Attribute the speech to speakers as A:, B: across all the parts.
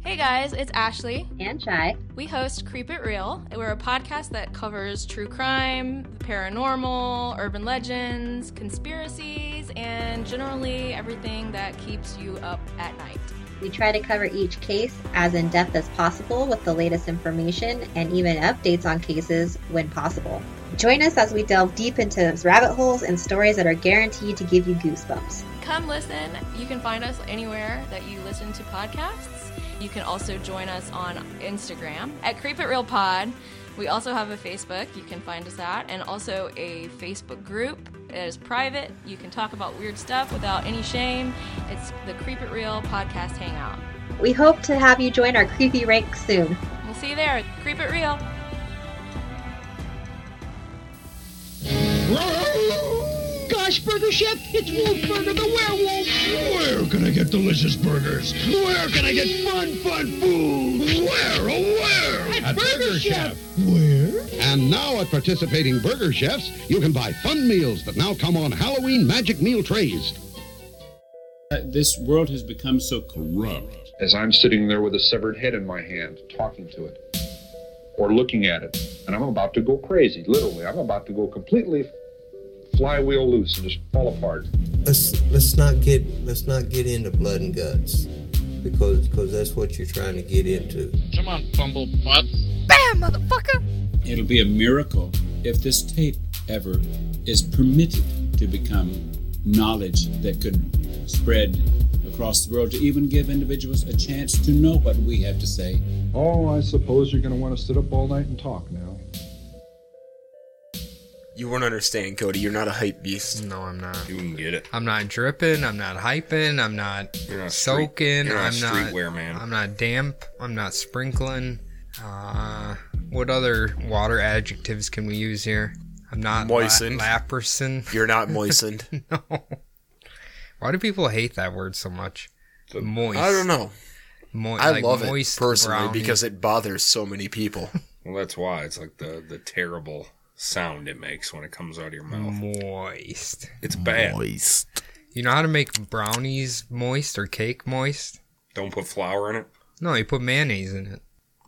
A: Hey guys, it's Ashley.
B: and Chai.
A: We host Creep It Real. We're a podcast that covers true crime, the paranormal, urban legends, conspiracies, and generally everything that keeps you up at night.
B: We try to cover each case as in depth as possible with the latest information and even updates on cases when possible. Join us as we delve deep into those rabbit holes and stories that are guaranteed to give you goosebumps.
A: Come listen. You can find us anywhere that you listen to podcasts. You can also join us on Instagram at Creep It Real Pod. We also have a Facebook you can find us at, and also a Facebook group. It is private. You can talk about weird stuff without any shame. It's the Creep It Real Podcast Hangout.
B: We hope to have you join our creepy ranks soon.
A: We'll see you there. Creep It Real.
C: Gosh, Burger Chef, it's Wolf Burger the Werewolf!
D: Where can I get delicious burgers? Where can I get fun, fun food? Where, oh, where?
C: At Burger Chef.
D: Where?
C: And now at participating Burger Chefs, you can buy fun meals that now come on Halloween magic meal trays.
E: Uh, this world has become so corrupt.
F: as I'm sitting there with a severed head in my hand, talking to it or looking at it. And I'm about to go crazy, literally. I'm about to go completely flywheel loose and just fall apart.
G: let's let's not get let's not get into blood and guts because because that's what you're trying to get into.
H: Come on, bumblebutt.
E: It'll be a miracle if this tape ever is permitted to become knowledge that could spread across the world to even give individuals a chance to know what we have to say.
F: Oh, I suppose you're going to want to sit up all night and talk now.
I: You won't understand, Cody. You're not a hype beast. No, I'm not.
H: You can get it.
J: I'm not dripping. I'm not hyping. I'm not
H: You're not street-
J: soaking.
H: you're not
J: I'm not
H: streetwear, man.
J: I'm not damp. I'm not sprinkling. Uh, what other water adjectives can we use here? I'm not
I: Moistened.
J: La- laperson.
I: You're not moistened.
J: no. Why do people hate that word so much? Moist.
I: I don't know.
J: Mo-
I: I
J: like
I: love it
J: moist
I: personally
J: brownie.
I: because it bothers so many people.
H: Well, that's why it's like the the terrible sound it makes when it comes out of your mouth.
J: moist.
H: It's bad.
I: Moist.
J: You know how to make brownies moist or cake moist?
H: Don't put flour in it.
J: No, you put mayonnaise in it.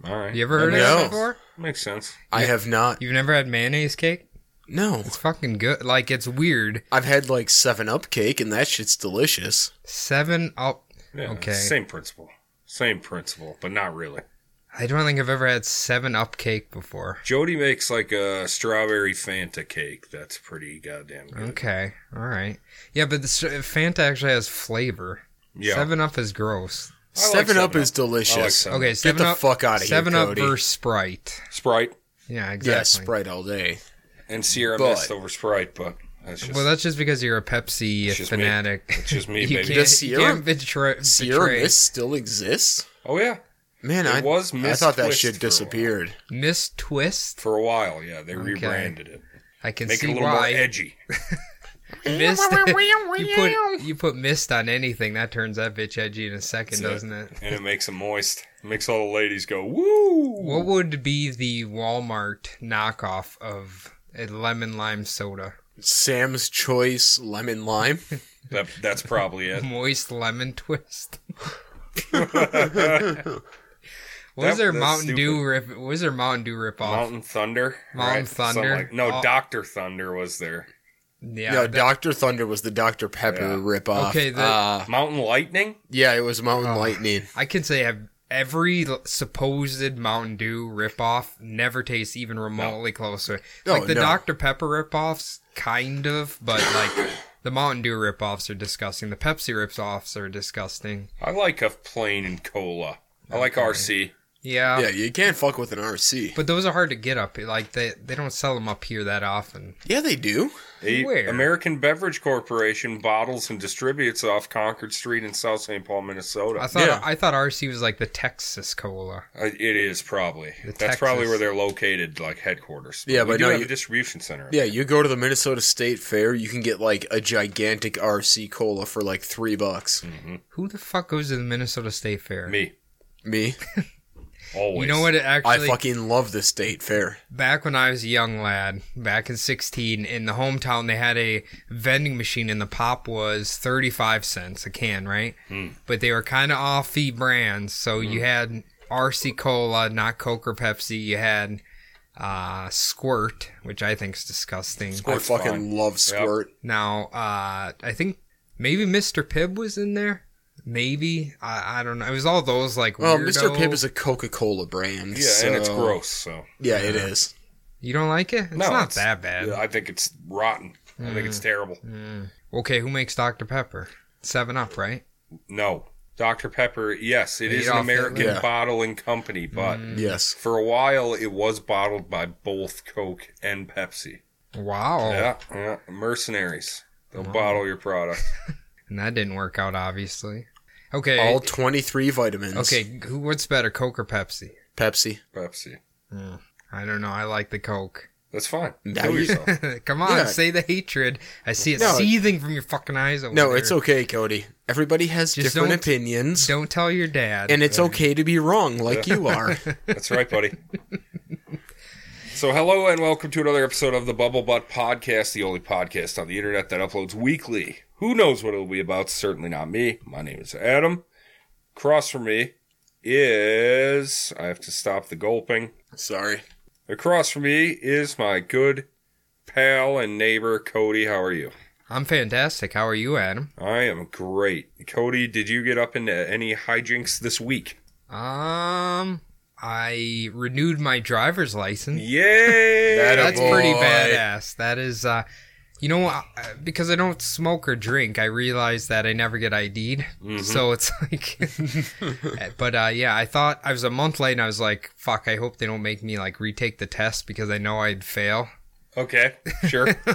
H: All right.
J: You ever heard of
I: No.
J: that before?
H: Makes sense.
I: I have not.
J: You've never had mayonnaise cake?
I: No.
J: It's fucking good. Like it's weird.
I: I've had like 7 Up cake and that shit's delicious.
J: Seven up.
H: Yeah,
J: Okay.
H: Same principle. Same principle, but not really.
J: I don't think I've ever had seven up cake before.
H: Jody makes like a strawberry Fanta cake. That's pretty goddamn good.
J: Okay, all right. Yeah, but the s- Fanta actually has flavor.
H: Yeah.
J: Seven up is gross.
I: 7 Up is
H: I like
I: delicious.
H: 7
J: Okay,
H: Up.
J: seven
I: the
J: up.
I: fuck outta here,
J: Seven up
I: Cody.
J: versus Sprite.
H: Sprite
J: Yeah,
I: Yeah,
J: exactly.
I: Sprite all day.
H: and Sierra
I: But-
H: Mist over Sprite, but that's just
J: well, that's just because you're a Pepsi
H: It's just me.
J: fanatic.
H: It's just me,
J: you
H: baby.
J: Can't,
I: Does
J: you
I: Sierra-
J: can't betray,
I: Sierra
J: betray.
I: Mist still exists?
H: Oh yeah,
I: Man,
H: It
I: I
H: was
I: I
H: Mist
I: thought that
H: Twist
I: shit
H: for a while.
I: disappeared.
J: Miss Twist.
H: for a while, yeah, they rebranded it,
J: I can
H: make it
J: see
H: a little more
J: why.
H: edgy.
J: Mist. you put you put mist on anything that turns that bitch edgy in a second,
H: That's
J: doesn't it?
H: and it makes them moist. Makes all the ladies go woo.
J: What would be the Walmart knockoff of a lemon lime soda?
I: Sam's Choice Lemon Lime.
H: That, that's probably it.
J: Moist lemon twist.
H: That-
J: Was there
H: that's
J: Mountain Dew
H: stupid.
J: rip? Was there Mountain Dew ripoff?
H: Mountain Thunder.
J: Mountain
H: Something
J: Thunder.
H: like- no,
J: Oh.
H: Doctor Thunder was there.
J: yeah.
I: no,
J: that-
I: Dr. Thunder was the Dr. Pepper
H: Yeah.
I: ripoff.
J: Okay, the-
I: uh,
H: Mountain Lightning.
I: yeah, it was Mountain
J: Oh.
I: Lightning.
J: I can say I've- every l- supposed Mountain Dew ripoff never tastes even remotely close to it.
I: No,
J: like the
I: no.
J: Dr Pepper ripoffs, kind of, but like the Mountain Dew ripoffs are disgusting. The Pepsi ripoffs are disgusting.
H: I like a plain and cola. I like RC.
J: Yeah.
I: Yeah, you can't fuck with an RC.
J: But those are hard to get up. Like they they don't sell them up here that often.
I: yeah, they do.
H: The
J: Where?
H: American Beverage Corporation bottles and distributes off Concord Street in South St. Paul, Minnesota.
J: I thought
I: Yeah.
J: I thought RC was like the Texas cola.
H: Uh, It is probably.
J: The
H: That's probably
J: Texas.
H: where they're located, like headquarters.
I: Yeah,
H: we
I: but
H: do
I: no,
H: have
I: you-
H: a distribution center.
I: Yeah, you go to the Minnesota State Fair, you can get like a gigantic RC cola for like
J: Mm.
I: three bucks.
J: Who the fuck goes to the Minnesota State Fair?
H: me.
I: Me?
J: Always. You know what? It actually,
I: I fucking love the state fair.
J: back when I was a young lad, back in 16, in the hometown, they had a vending machine, and the pop was 35 cents a can, right?
H: Hmm.
J: But they were kind of off-fee brands, so you had RC Cola, not Coke or Pepsi. You had uh, Squirt, which I think is disgusting.
I: I fucking love Squirt.
J: Now, uh, I think maybe Mr. Pibb was in there. Maybe I, I don't know. It was all those like.
I: Well,
J: weirdo-
I: Mr. Pibb is a Coca Cola brand.
H: Yeah, and it's
I: so-
H: gross. So
I: Yeah, it is.
J: You don't like it? It's
H: No,
J: not
H: it's-
J: that bad. Mm.
H: yeah, I think it's rotten. I think it's terrible.
J: Okay, who makes Dr. Pepper? Seven Up, right?
H: No, Dr Pepper. Yes, it is
J: Adolf
H: an American
I: Hitler. Yeah.
H: bottling company, but
J: Mm.
I: Yes.
H: for a while it was bottled by both Coke and Pepsi.
J: Wow.
H: Yeah, yeah, mercenaries. They'll bottle your product.
J: And that didn't work out, obviously. Okay.
I: All 23 vitamins.
J: okay. Who? What's better, Coke or Pepsi? Mm.
I: Pepsi.
H: Pepsi.
J: I don't know. I like the Coke.
H: That's fine.
I: Now
H: Kill
I: you-
H: yourself.
J: Come on,
I: Yeah.
J: say the hatred. I see it
I: No, it-
J: seething from your fucking eyes. Over
I: No,
J: there.
I: it's okay, Cody. Everybody has
J: Just
I: different
J: don't-
I: opinions,
J: Don't tell your dad.
I: and it's okay to be wrong, like you are.
H: That's right, buddy. so, hello and welcome to another episode of the Bubble Butt Podcast, the only podcast on the internet that uploads weekly. Who knows what it'll be about? Certainly not me. My name is Adam. Across from me is. I have to stop the gulping.
I: Sorry.
H: Across from me is my good pal and neighbor, Cody. How are you?
J: I'm fantastic. How are you, Adam?
H: I am great. Cody, did you get up into any hijinks this week?
J: Um, I renewed my driver's license.
H: Yay!
J: That's pretty
I: boy.
J: badass. That is, uh, you know, I- because I don't smoke or drink, I realize that I never get ID'd.
H: Mm-hmm.
J: So it's like, but uh, yeah, I thought I was a month late, and I was like, "Fuck! I hope they don't make me like retake the test because I know I'd fail."
H: okay, sure.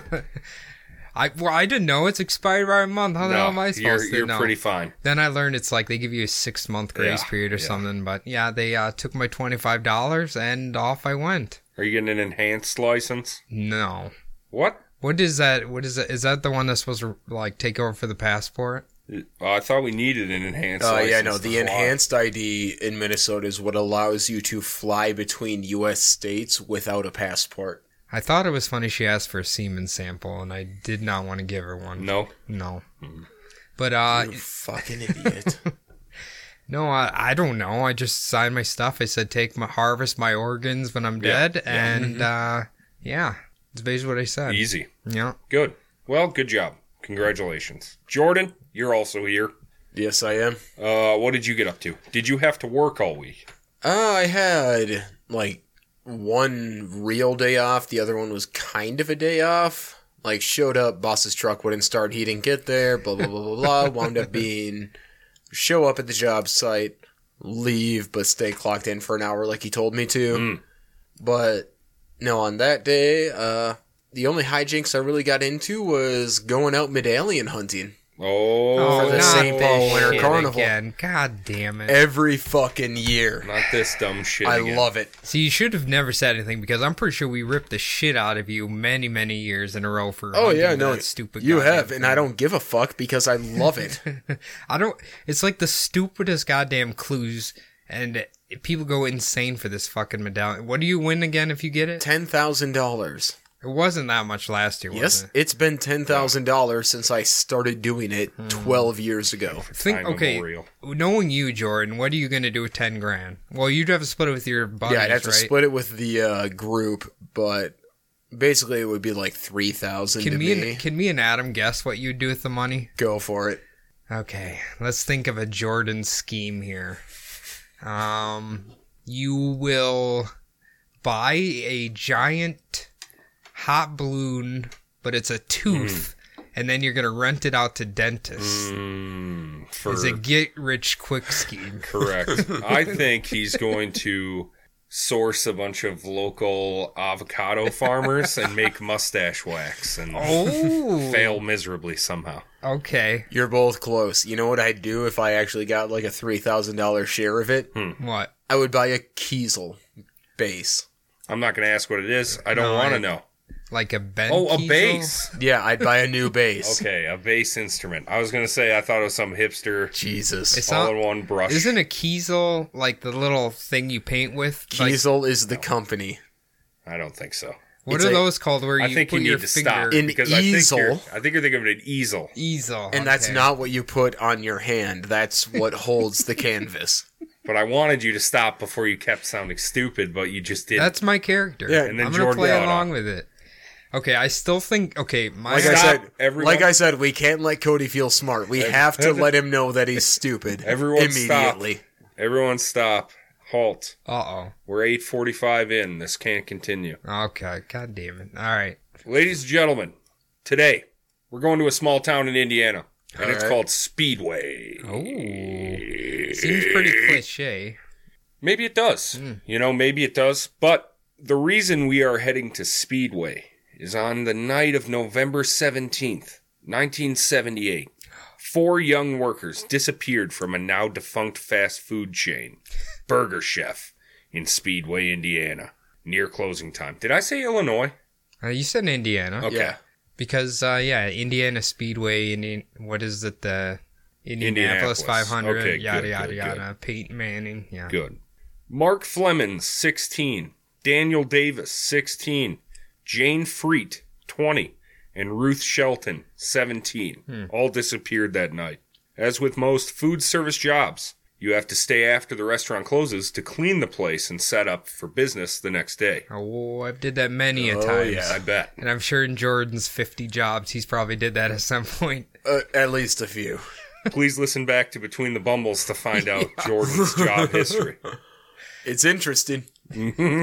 J: I well, I didn't know it's expired by a month. How the hell am I supposed
H: you're,
J: to
H: you're
J: know?
H: pretty fine.
J: Then I learned it's like they give you a six month grace
H: Yeah,
J: period or
H: yeah.
J: something. But yeah, they uh, took my twenty five dollars and off I went.
H: Are you getting an enhanced license?
J: No.
H: What?
J: What is that? What is that? Is that the one that's supposed to like take over for the passport?
H: Uh, I thought we needed an enhanced.
I: Uh,
H: license
I: yeah, no, the
H: to fly.
I: enhanced ID in Minnesota is what allows you to fly between U.S. states without a passport.
J: I thought it was funny she asked for a semen sample, and I did not want to give her one.
H: No, Hmm.
J: No. But uh,
I: You fucking idiot.
J: no, I, I don't know. I just signed my stuff. I said take my harvest my organs when I'm
H: Yeah, Mm-hmm.
J: dead, and uh, yeah, it's basically what I said.
H: easy.
J: Yeah.
H: Good. Well, good job. Congratulations, Jordan. You're also here.
I: yes, I am.
H: Uh, what did you get up to? Did you have to work all week?
I: Uh, I had like one real day off. The other one was kind of a day off. Like showed up, boss's truck wouldn't start. He didn't get there. Blah blah blah blah blah. Wound up being show up at the job site, leave, but stay clocked in for an hour like he told me to.
H: Hmm.
I: But no, on that day, uh, the only hijinks I really got into was going out medallion hunting
H: Oh,
I: For the
J: not
I: St. Paul
J: this
I: Winter
J: shit
I: Carnival.
J: again. God damn it.
I: every fucking year.
H: not this dumb shit.
I: I
H: again.
I: love it.
J: See, you should have never said anything because I'm pretty sure we ripped the shit out of you many, many years in a row for.
I: Oh
J: hunting
I: yeah, no,
J: that
I: it's
J: stupid.
I: You
J: goddamn
I: have, and I don't give a fuck because I love it.
J: I don't. It's like the stupidest goddamn clues, and people go insane for this fucking medallion. What do you win again if you get it?
I: Ten thousand dollars.
J: It wasn't that much last year, was
I: Yes,
J: it?
I: it's been ten thousand dollars since I started doing it
J: Hmm.
I: twelve years ago.
J: Think
H: Time
J: okay.
H: immemorial.
J: Knowing you, Jordan, what are you gonna do with ten grand? Well, you'd have to split it with your buddies,
I: yeah, I'd have to
J: right?
I: split it with the uh, group, but basically it would be like three thousand to
J: can me
I: me.
J: and can me and Adam guess what you'd do with the money?
I: Go for it.
J: Okay, let's think of a Jordan scheme here. Um, you will buy a giant hot balloon, but it's a tooth,
H: Hmm.
J: and then you're gonna rent it out to dentists.
H: Mm, for
J: It's a get rich quick scheme.
H: Correct. I think he's going to source a bunch of local avocado farmers and make mustache wax and
J: oh,
H: fail miserably somehow.
J: Okay,
I: You're both close. You know what I'd do if I actually got like a three thousand dollar share of it?
H: Hmm.
J: what?
I: I would buy a Kiesel base.
H: I'm not going to ask what it is. I don't want to know.
J: like a Ben.
H: Oh, a
J: Kiesel?
H: bass.
I: Yeah, I'd buy a new bass.
H: Okay, a bass instrument. I was gonna say I thought it was some hipster
I: Jesus.
J: It's
H: all
J: not-
H: in one brush.
J: Isn't a Kiesel like the little thing you paint with? Like,
I: Kiesel is the company.
H: I don't think so.
J: what
I: it's
J: are
I: a-
J: those called? Where you
H: I think
J: put
H: you need
J: your
H: to
J: finger?
H: stop
I: An
H: because I think,
I: easel.
H: you're, I think you're thinking of an easel.
J: easel,
I: And that's
J: okay.
I: not what you put on your hand. That's what holds the canvas.
H: But I wanted you to stop before you kept sounding stupid, but you just didn't.
J: That's my character.
I: Yeah,
H: and then
J: I'm gonna
H: Jordan
J: play
H: Bellotta.
J: along with it. Okay, I still think. Okay, my
I: Like
H: Stop,
I: I said,
H: everyone.
I: like I said, we can't let Cody feel smart. We have to let him know that he's stupid.
H: Everyone stop.
I: immediately.
H: Everyone stop. Halt.
J: Uh
H: We're 8:45 in. This can't continue.
J: oh. Okay. God damn it. All right.
H: Ladies and gentlemen, today we're going to a small town in Indiana, and it's
I: Alright.
H: called Speedway.
J: Oh. Seems pretty cliche. Hmm.
H: Maybe it does. You know, maybe it does. But the reason we are heading to Speedway is on the night of November 17th, 1978. Four young workers disappeared from a now defunct fast food chain, Burger Chef, in Speedway, Indiana, near closing time. Did I say Illinois?
J: Uh, you said Indiana
H: Okay.
I: Yeah.
J: because uh, yeah, Indiana Speedway. Indian, what is it? The Indianapolis,
H: Indianapolis.
J: 500.
H: Okay,
J: yada
H: good,
J: yada
H: good,
J: yada. Peyton Manning. Yeah.
H: Good. Mark Flemons, 16. Daniel Davis, 16. Jane Freet, 20. And Ruth Shelton, 17.
J: Hmm.
H: All disappeared that night. As with most food service jobs, you have to stay after the restaurant closes to clean the place and set up for business the next day.
J: Oh, I've did that many a
I: Oh,
J: times.
I: yeah.
H: I bet.
J: And I'm sure in Jordan's 50 jobs, he's probably did that at some point.
I: Uh, at least a few.
H: Please listen back to Between the Bumbles to find out Jordan's job history.
I: It's interesting.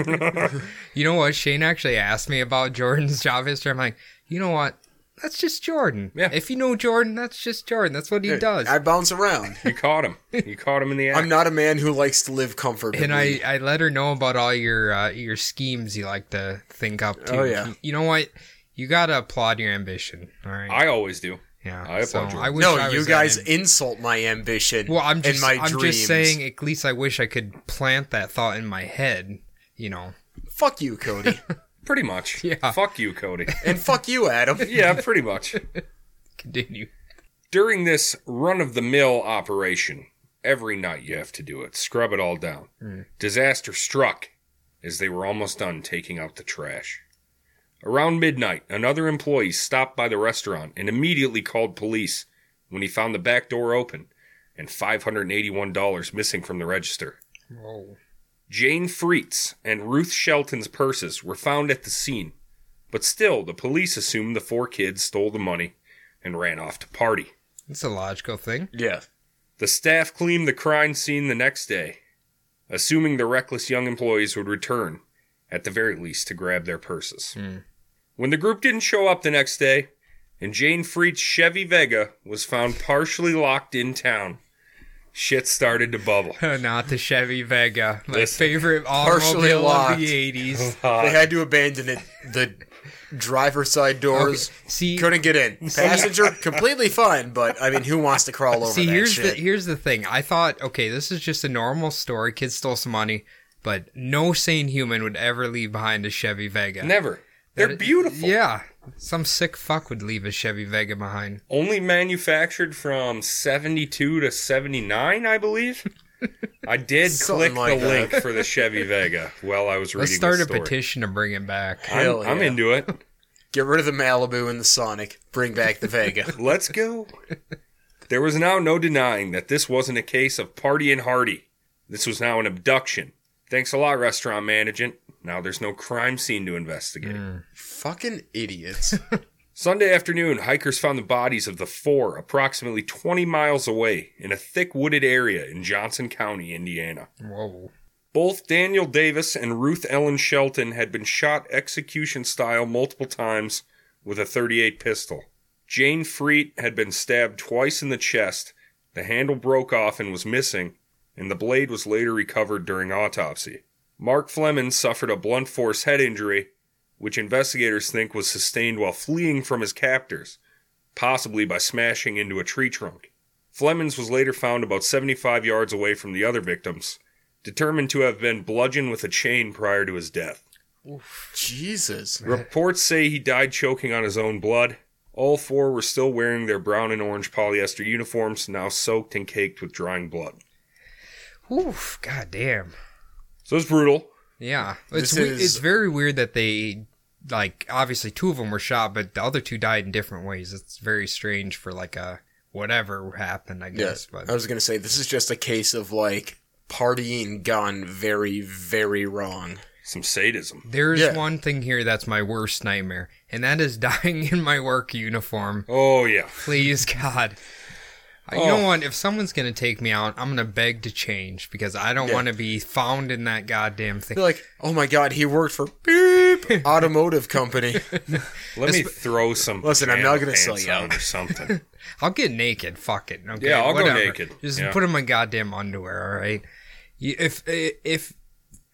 J: You know what? Shane actually asked me about Jordan's job history. I'm like, you know what? That's just Jordan.
H: Yeah.
J: If you know Jordan, that's just Jordan. That's what he does.
I: I bounce around.
H: You caught him. You caught him in the act.
I: I'm not a man who likes to live comfortably.
J: and I, I let her know about all your uh, your schemes you like to think up to.
I: Oh, yeah.
J: You know what? You gotta applaud your ambition. All right.
H: I always do.
J: yeah.
H: I
J: so
H: applaud Jordan.
J: I wish
I: no,
J: I was
I: you
J: that
I: guys
J: am-
I: insult my ambition.
J: well, I'm just
I: and my
J: I'm
I: dreams.
J: just saying. At least I wish I could plant that thought in my head. You know.
I: Fuck you, Cody,
H: Pretty much.
J: Yeah.
H: Fuck you, Cody.
I: and fuck you, Adam.
H: Yeah, pretty much.
J: Continue.
H: during this run of the mill operation, every night you have to do it, scrub it all down. Disaster struck as they were almost done taking out the trash. Around midnight, another employee stopped by the restaurant and immediately called police when he found the back door open and $581 missing from the register.
J: Whoa.
H: Jane Freets and Ruth Shelton's purses were found at the scene, but still the police assumed the four kids stole the money and ran off to party.
J: It's a logical thing.
I: Yeah.
H: The staff cleaned the crime scene the next day, assuming the reckless young employees would return, at the very least, to grab their purses. When the group didn't show up the next day, and Jane Freet's Chevy Vega was found partially locked in town, shit started to bubble.
J: Not the Chevy Vega, my
H: Listen.
J: favorite
I: Partially
J: automobile of
I: locked.
J: the '80s.
I: They had to abandon it. The driver's side doors
J: Okay, see-
I: couldn't get in. Passenger completely fine, but I mean, who wants to crawl over
J: See,
I: that
J: here's the
I: shit?
J: here's the thing. I thought, okay, this is just a normal story. Kids stole some money, but no sane human would ever leave behind a Chevy Vega.
H: Never. They're beautiful.
J: Yeah, some sick fuck would leave a Chevy Vega behind.
H: Only manufactured from 72 to 79, I believe. I did click
I: Something like
H: the
I: that.
H: link for the Chevy Vega while I was reading
J: Let's start
H: this
J: a
H: story.
J: petition to bring it back.
H: I'm,
I: Hell
H: I'm
I: yeah.
H: into it.
I: Get rid of the Malibu and the Sonic. Bring back the Vega.
H: Let's go. There was now no denying that this wasn't a case of party and hardy. This was now an abduction. Thanks a lot, restaurant management. Now there's no crime scene to investigate.
I: Fucking idiots.
H: Sunday afternoon, hikers found the bodies of the four approximately 20 miles away in a thick wooded area in Johnson County, Indiana.
J: Whoa.
H: Both Daniel Davis and Ruth Ellen Shelton had been shot execution style multiple times with a 38 pistol. Jane Freet had been stabbed twice in the chest, the handle broke off and was missing, and the blade was later recovered during autopsy. Mark Fleming suffered a blunt force head injury, which investigators think was sustained while fleeing from his captors, possibly by smashing into a tree trunk. Flemings was later found about 75 yards away from the other victims, determined to have been bludgeoned with a chain prior to his death.
I: Jesus.
H: Reports say he died choking on his own blood. All four were still wearing their brown and orange polyester uniforms, now soaked and caked with drying blood.
J: Oof, god damn.
H: So it's brutal.
J: Yeah. It's
I: This
J: we-
I: is-
J: it's very weird that they like obviously two of them were shot but the other two died in different ways. It's very strange for like a whatever happened, I
I: Yeah, Uh,
J: guess,
I: I
J: but
I: was gonna say this is just a case of like partying gone very, very wrong.
H: Some sadism.
J: there's
I: Yeah.
J: one thing here that's my worst nightmare, and that is dying in my work uniform.
H: Oh, yeah.
J: Please, God. I You know what? If someone's going to take me out, I'm going to beg to change because I don't
I: Yeah.
J: want to be found in that goddamn
I: They're
J: thing.
I: like, oh my god, he worked for beep automotive company.
H: Let me throw some.
I: Listen, I'm not
H: pajama
I: gonna sell
H: pants
I: you
H: on
I: out.
H: or something.
J: I'll get naked. Fuck it. Okay,
H: Yeah, I'll go
J: whatever.
H: naked.
J: Just
H: Yeah.
J: put on my goddamn underwear, all right? You, if if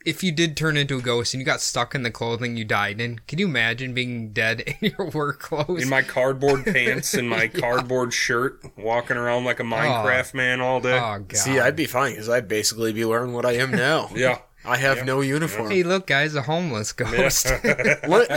J: if you did turn into a ghost and you got stuck in the clothing you died in, can you imagine being dead in your work clothes?
H: In my cardboard pants and my cardboard shirt, walking around like a Minecraft man all day.
J: oh god.
I: See, I'd be fine because I'd basically be wearing what I am now.
H: yeah.
I: I have no uniform.
J: Hey, look, guys, a homeless ghost.
I: Let-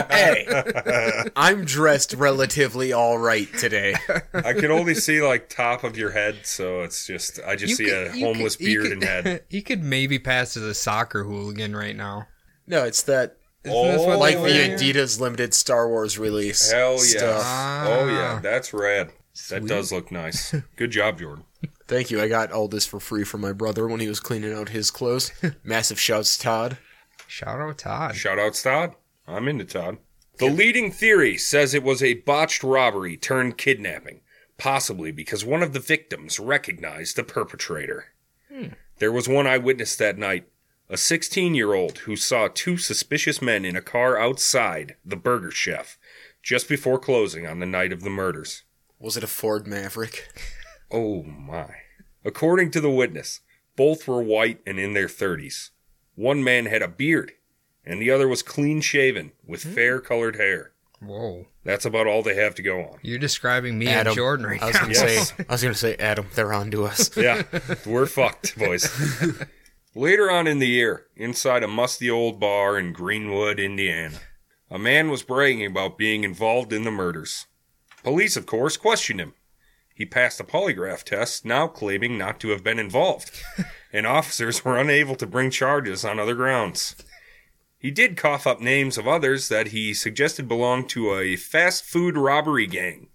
I: hey, I'm dressed relatively all right today.
H: I can only see like top of your head, so it's just I just
J: You
H: see
J: could-
H: a
J: you
H: homeless
J: could- you
H: beard
J: could-
H: and head.
J: You could maybe pass as a soccer hooligan right now.
I: No, it's that
J: Isn't this what
I: like
J: they
I: the
J: were?
I: Adidas limited Star Wars release.
H: Hell yeah!
I: Stuff.
H: Oh yeah, that's rad. That
J: Sweet.
H: does look nice. Good job, Jordan.
I: Thank you. I got all this for free from my brother when he was cleaning out his clothes. Massive shouts, Todd.
J: Shout out Todd.
H: Shout out Todd. I'm into Todd. The leading theory says it was a botched robbery turned kidnapping, possibly because one of the victims recognized the perpetrator. There was one eyewitness that night, a 16 year old who saw two suspicious men in a car outside the burger chef just before closing on the night of the murders.
I: Was it a Ford Maverick?
H: Oh my. According to the witness, both were white and in their 30s. One man had a beard, and the other was clean shaven with fair colored hair.
J: Whoa.
H: That's about all they have to go on.
J: You're describing me
I: Adam.
J: and Jordan right
I: I was
J: now.
I: gonna
H: Yes.
I: say I was gonna say Adam, they're on to us.
H: Yeah, we're fucked, boys. Later on in the year, inside a musty old bar in Greenwood, Indiana, a man was bragging about being involved in the murders. Police, of course, questioned him. He passed a polygraph test, now claiming not to have been involved, and officers were unable to bring charges on other grounds. He did cough up names of others that he suggested belonged to a fast food robbery gang,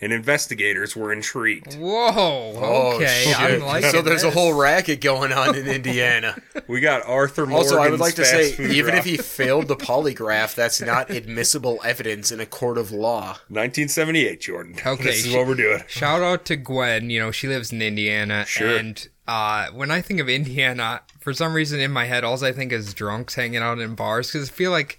H: and investigators were intrigued.
J: Whoa. Okay.
I: Oh, shit.
J: I'm liking
I: so there's a
J: this.
I: whole racket going on in Indiana.
H: We got Arthur Morgan.
I: also, I would like to say, even if he failed the polygraph, that's not admissible evidence in a court of law.
H: 1978, Jordan.
J: Okay,
H: this is
J: she-
H: what we're doing.
J: Shout out to Gwen. You know, she lives in Indiana.
H: Sure.
J: And uh, when I think of Indiana, for some reason in my head, all I think is drunks hanging out in bars because I feel like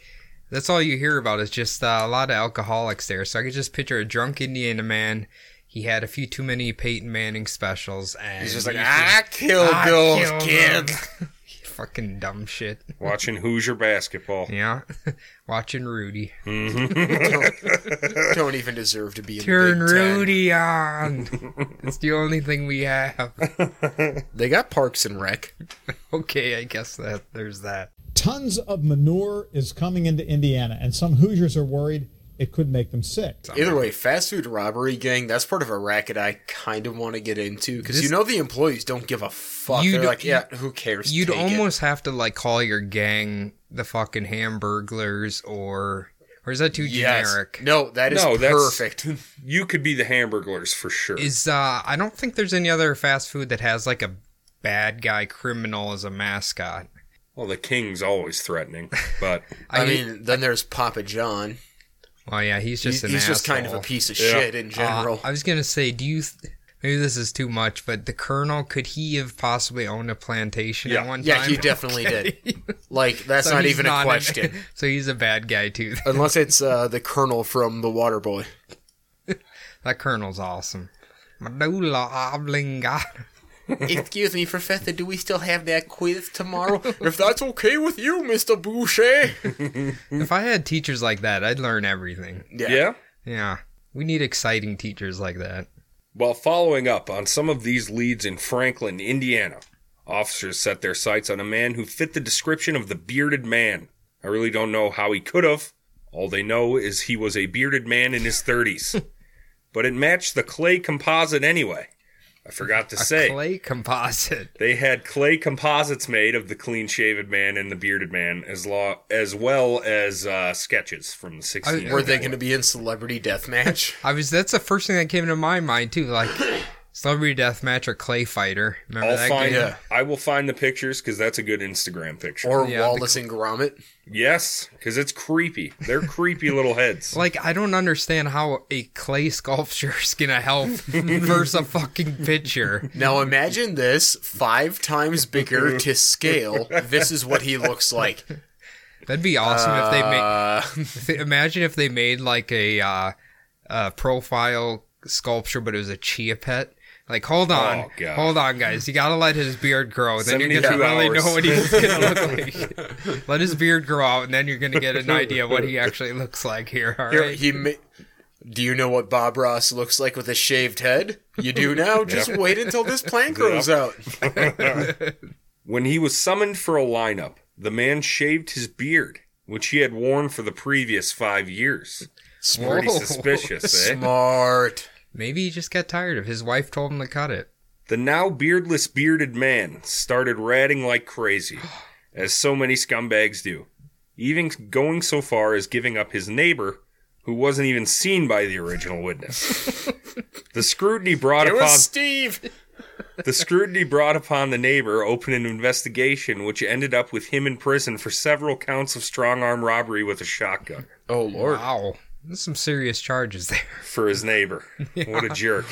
J: that's all you hear about is just uh, a lot of alcoholics there. So I could just picture a drunk Indiana man. He had a few too many Peyton Manning specials, and
I: He's just like,
J: he
I: I killed
J: I
I: those
J: killed
I: kids.
J: them." Ah, fucking dumb shit.
H: Watching Hoosier basketball.
J: Yeah, watching Rudy.
I: Don't even deserve to be in
J: Turn
I: the Mm-hmm. Big Ten.
J: Rudy on. it's the only thing we have.
I: They got Parks and Rec.
J: Okay, I guess that there's that.
K: Tons of manure is coming into Indiana, and some Hoosiers are worried it could make them sick.
I: Either way, fast food robbery gang, that's part of a racket I kind of want to get into because you know the employees don't give a fuck.
J: You'd-
I: They're like, yeah, who cares?
J: You'd
I: Take it."
J: almost have to like call your gang the fucking Hamburglers or or is that too
I: Yes.
J: generic?
I: No, that is
H: No, that's-
I: perfect.
H: You could be the Hamburglers for sure.
J: Is uh I don't think there's any other fast food that has like a bad guy criminal as a mascot.
H: well, the King's always threatening, but
I: I, mean, then there's Papa John.
J: oh yeah, he's just
I: He's,
J: an
I: he's just kind of a
J: asshole.
I: piece of
H: Yeah.
I: shit in general.
J: Uh, I was gonna say, do you? Th- maybe this is too much, but the Colonel could he have possibly owned a plantation
H: Yeah.
J: at one
I: yeah,
J: time?
I: he definitely did. Like, that's
J: So
I: not
J: he's
I: even a
J: an-
I: question.
J: so he's a bad guy too.
I: Unless it's uh, the Colonel from The Water Boy.
J: that Colonel's awesome. Medulla oblongata.
I: Excuse me, Professor, do we still have that quiz tomorrow? if that's okay with you, Mr. Boucher. Hmm.
J: If I had teachers like that, I'd learn everything.
H: yeah.
J: Yeah. We need exciting teachers like that.
H: While following up on some of these leads in Franklin, Indiana, officers set their sights on a man who fit the description of the bearded man, I really don't know how he could have. All they know is he was a bearded man in his 30s. but it matched the clay composite anyway. I forgot to say.
J: Clay composite.
H: They had clay composites made of the clean shaven man and the bearded man, as law as well as uh, sketches from the 60s.
I: Were they going to be in Celebrity Deathmatch?
J: I was. That's the first thing that came to my mind too. Like celebrity deathmatch or clay fighter. Remember
H: I'll
J: that
H: find.
J: game?
H: I will find the pictures because that's a good Instagram picture.
I: Or Wallace and Gromit?
H: Yes, because it's creepy. They're creepy little heads.
J: Like I don't understand how a clay sculpture is gonna help versus a fucking picture.
I: Now imagine this five times bigger to scale. This is what he looks like. Uh,
J: That'd be awesome if they made. Imagine if they made like a uh, uh, profile sculpture, but it was a chia pet. Like, hold on,
H: Oh, God.
J: hold on, guys. You gotta let his beard grow. Then you're gonna
H: 72
J: really
H: hours.
J: know what he's gonna look like. let his beard grow out, and then you're gonna get an idea what he actually looks like here. All
I: Here,
J: right.
I: he ma- do you know what Bob Ross looks like with a shaved head? You do now. Just
H: Yeah.
I: wait until this plan grows out.
H: When he was summoned for a lineup, the man shaved his beard, which he had worn for the previous five years. Pretty
J: Whoa.
H: suspicious, eh?
I: Smart.
J: Maybe he just got tired of his wife told him to cut it.
H: The now beardless bearded man started ratting like crazy, as so many scumbags do, even going so far as giving up his neighbor, who wasn't even seen by the original witness. the scrutiny brought
I: It
H: upon
I: was Steve.
H: the scrutiny brought upon the neighbor opened an investigation which ended up with him in prison for several counts of strong arm robbery with a shotgun
I: Oh Lord.
J: Wow, There's some serious charges there.
H: for his neighbor. What a jerk.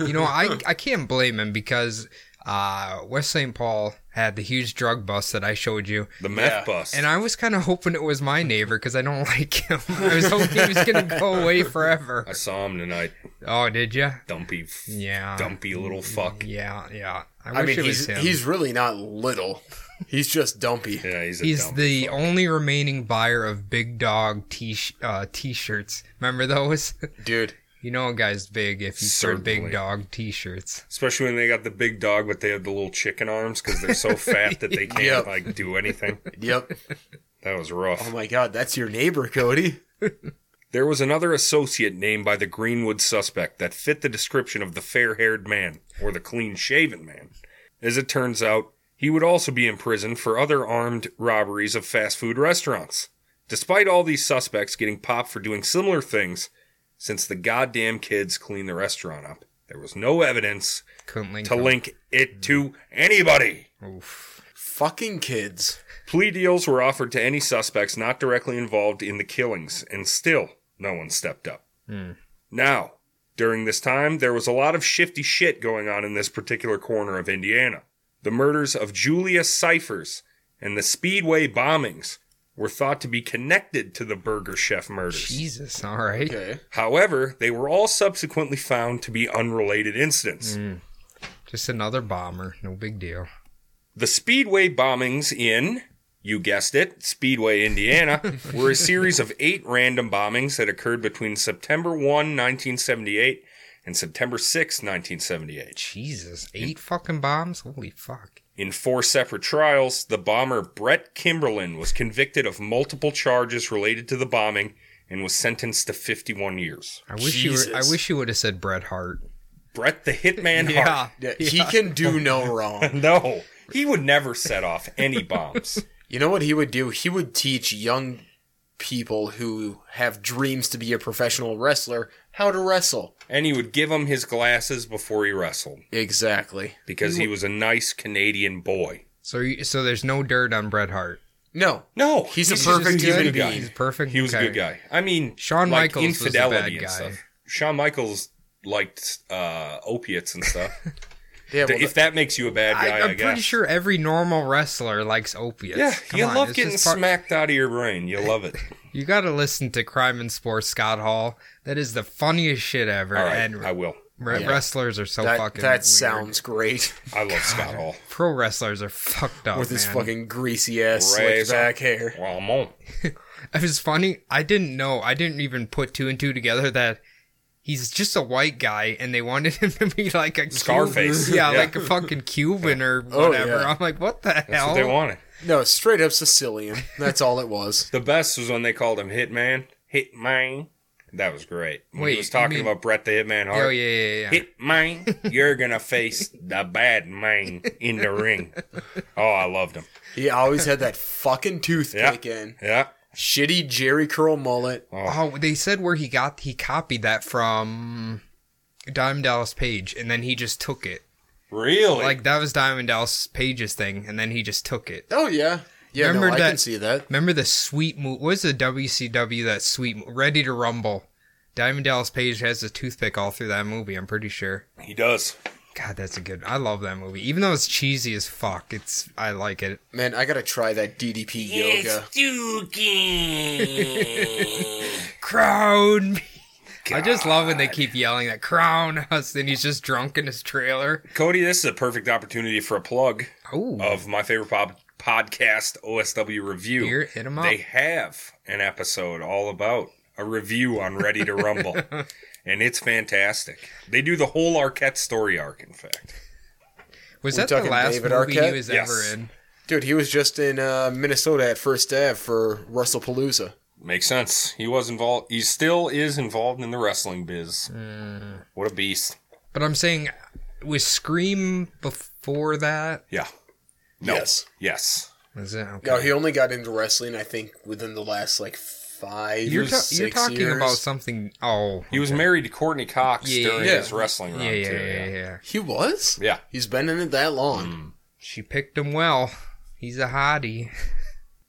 J: you know, I I can't blame him because uh, West St. Paul had the huge drug bust that I showed you,
H: The meth
I: Yeah.
H: bust.
J: and I was kind of hoping it was my neighbor because I don't like him. I was hoping he was gonna go away forever.
H: I saw him tonight.
J: Oh, did you?
H: Dumpy, f-
J: Yeah.
H: dumpy little fuck.
J: Yeah, yeah. I wish
I: I mean,
J: it was
I: he's
J: him.
I: he's really not little. He's just dumpy.
H: Yeah, he's a
J: He's
H: dump.
J: the only remaining buyer of Big Dog t sh- uh, t-shirts. Remember those?
I: Dude,
J: you know, a guy's big if you start Big
H: Certainly.
J: Dog t-shirts.
H: Especially when they got the big dog, but they have the little chicken arms because they're so fat that they can't
I: Yep.
H: like do anything.
I: yep.
H: That was rough.
I: Oh my god, that's your neighbor, Cody.
H: There was another associate named by the Greenwood suspect that fit the description of the fair haired man, or the clean shaven man. As it turns out, he would also be in prison for other armed robberies of fast food restaurants. Despite all these suspects getting popped for doing similar things, since the goddamn kids cleaned the restaurant up, there was no evidence
J: Couldn't link
H: to
J: him.
H: link it to anybody.
J: Oof.
I: Fucking kids.
H: Plea deals were offered to any suspects not directly involved in the killings, and still no one stepped up. Now, during this time, there was a lot of shifty shit going on in this particular corner of Indiana. The murders of Julius Cyphers and the Speedway bombings were thought to be connected to the Burger Chef murders.
J: Jesus, all right.
I: Okay.
H: However, they were all subsequently found to be unrelated incidents.
J: Just another bomber. No big deal.
H: The Speedway bombings in, you guessed it, Speedway, Indiana, were a series of eight random bombings that occurred between September 1, 1978 and September 6, 1978.
J: Jesus, eight fucking bombs? Holy fuck.
H: In four separate trials, the bomber Brett Kimberlin was convicted of multiple charges related to the bombing and was sentenced to 51 years.
J: I wish you were, I
I: Jesus.
J: wish you would have said Bret Hart.
H: Brett the Hitman Hart.
I: Yeah, He can do no wrong.
H: No, he would never set off any bombs.
I: You know what he would do? He would teach young people who have dreams to be a professional wrestler how to wrestle.
H: and he would give him his glasses before he wrestled.
I: Exactly.
H: because he was a nice Canadian boy.
J: So you, so there's no dirt on Bret Hart.
I: No.
H: No,
I: He's a perfect
H: just a
I: human
H: good guy.
I: being.
J: He's perfect.
H: He was a
J: Okay.
H: good guy. I mean,
J: Shawn
H: like,
J: Michaels was a bad
H: and
J: guy.
H: stuff. Shawn Michaels liked uh, opiates and stuff.
I: Yeah, well,
H: if that makes you a bad
J: I,
H: guy, I,
J: I'm
H: guess.
J: pretty sure every normal wrestler likes opiates.
H: Yeah,
J: Come
H: you
J: on,
H: love
J: it's
H: getting
J: just part-
H: smacked out of your brain. You love it.
J: You got to listen to Crime and Sports Scott Hall. That is the funniest shit ever.
H: All right,
J: and
H: I will.
J: re-
I: Yeah.
J: wrestlers are so
I: that,
J: fucking.
I: that
J: weird.
I: sounds great.
H: I love Scott Hall.
J: Pro wrestlers are fucked up.
I: with his
J: Oh, man.
I: fucking greasy ass
H: Razor.
I: slicked back hair.
H: Well, I'm on.
J: It was funny. I didn't know. I didn't even put two and two together that
H: He's just a white guy, and they wanted him to be like a
I: Scarface.
H: Cuban. Yeah,
I: Yeah.
H: like a fucking Cuban or
I: Oh,
H: whatever.
I: yeah.
H: I'm like, what the
I: That's
H: hell?
I: what they wanted.
H: No,
I: Straight up Sicilian. That's all it was.
J: The best was when they called him Hitman. Hitman. That was great. When
I: Wait,
J: he was talking
I: you mean-
J: about Brett the Hitman Hart.
I: Oh, yeah, yeah, yeah.
J: Hitman, you're gonna face the bad man in the ring. Oh, I loved him.
I: He always had that fucking tooth
J: Yeah.
I: kick in.
J: Yeah.
I: Shitty Jerry curl mullet.
H: Oh, they said where he got he copied that from Diamond Dallas Page, and then he just took it.
J: Really?
H: Like that was Diamond Dallas Page's thing, and then he just took it.
I: Oh yeah. Yeah,
H: Remember
I: no, I
H: that-
I: can see that.
H: Remember the sweet move? What is the WCW that sweet mo- Ready to Rumble? Diamond Dallas Page has a toothpick all through that movie. I'm pretty sure
J: he does.
H: God, that's a good. I love that movie, even though it's cheesy as fuck. It's I like it.
I: Man, I gotta try that DDP yoga.
H: Crown. me. I just love when they keep yelling that crown us, and he's just drunk in his trailer.
J: Cody, this is a perfect opportunity for a plug of my favorite pop podcast, OSW Review.
H: Here, hit 'em up.
J: They have an episode all about a review on Ready to Rumble, and it's fantastic. They do the whole Arquette story arc, in fact.
H: Was
I: We
H: that the
I: talking
H: last
I: David
H: movie
I: Arquette?
H: he was
I: Yes.
H: ever in?
I: Dude, he was just in uh, Minnesota at first Ave for Russell Palooza.
J: Makes sense. He was involved. He still is involved in the wrestling biz. What a beast!
H: But I'm saying, was Scream before that?
J: Yeah. No.
I: Yes.
J: Yes.
H: Was it? Okay.
I: No, he only got into wrestling, I think, within the last like five
H: You're,
I: or
H: ta-
I: six
H: you're talking
I: years.
H: about something. Oh,
J: He was married to Courtney Cox
H: Yeah,
J: during
H: yeah.
J: his wrestling run.
H: Yeah, yeah,
J: too,
H: yeah, yeah.
I: He was?
J: Yeah. Mm.
I: He's been in it that long.
H: she picked him well. He's a hottie.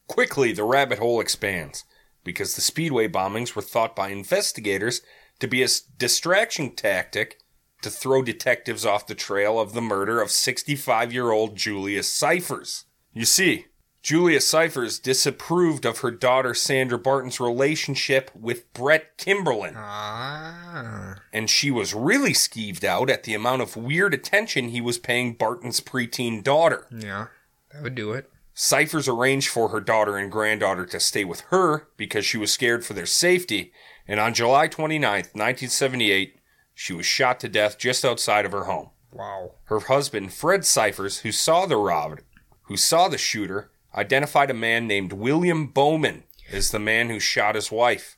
J: Quickly, the rabbit hole expands because the Speedway bombings were thought by investigators to be a s- distraction tactic to throw detectives off the trail of the murder of 65 year old Julius Cyphers. You see, Julius Cyphers disapproved of her daughter Sandra Barton's relationship with Brett Kimberlin.
H: Ah.
J: and she was really skeeved out at the amount of weird attention he was paying Barton's preteen daughter.
H: Yeah, that would do it.
J: Cyphers arranged for her daughter and granddaughter to stay with her because she was scared for their safety, and on July 29th, 1978, she was shot to death just outside of her home.
H: Wow.
J: Her husband, Fred Cyphers, who saw the rob, who saw the shooter, identified a man named William Bowman as the man who shot his wife.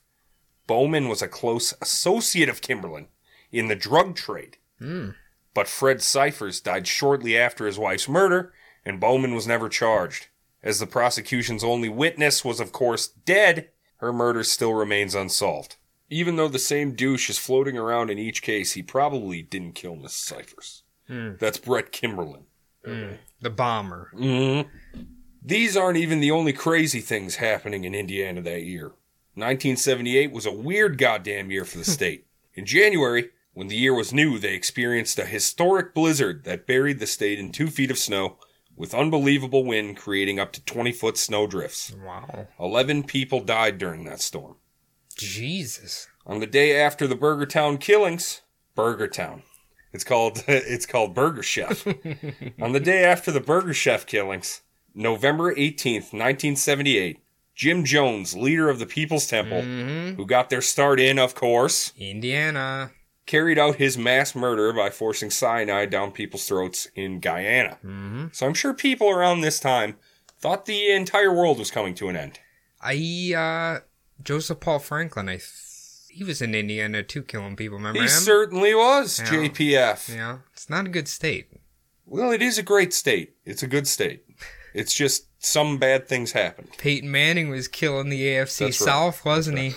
J: Bowman was a close associate of Kimberlin in the drug trade,
H: Hmm.
J: but Fred Cyphers died shortly after his wife's murder, and Bowman was never charged. As the prosecution's only witness was, of course, dead, her murder still remains unsolved. Even though the same douche is floating around in each case, he probably didn't kill Miss Cyphers.
H: Hmm.
J: That's Brett Kimberlin.
H: Hmm. The bomber.
J: hmm These aren't even the only crazy things happening in Indiana that year. 1978 was a weird goddamn year for the state. In January, when the year was new, they experienced a historic blizzard that buried the state in two feet of snow, with unbelievable wind creating up to 20 foot snow drifts.
H: Wow.
J: 11 people died during that storm.
H: Jesus.
J: On the day after the Burgertown killings, Burgertown. It's called it's called Burger Chef. On the day after the Burger Chef killings, November 18th, 1978, Jim Jones, leader of the People's Temple, who got their start in, of course,
H: Mm-hmm. Indiana.
J: carried out his mass murder by forcing cyanide down people's throats in Guyana.
H: Mm-hmm.
J: So I'm sure people around this time thought the entire world was coming to an end.
H: I uh Joseph Paul Franklin. I th- he was in Indiana too, killing people. Remember
J: He
H: him?
J: certainly was,
H: Yeah.
J: JPF.
H: yeah, it's not a good state.
J: Well, it is a great state. It's a good state. It's just some bad things happened.
H: Peyton Manning was killing the AFC
J: That's right.
H: South, wasn't he?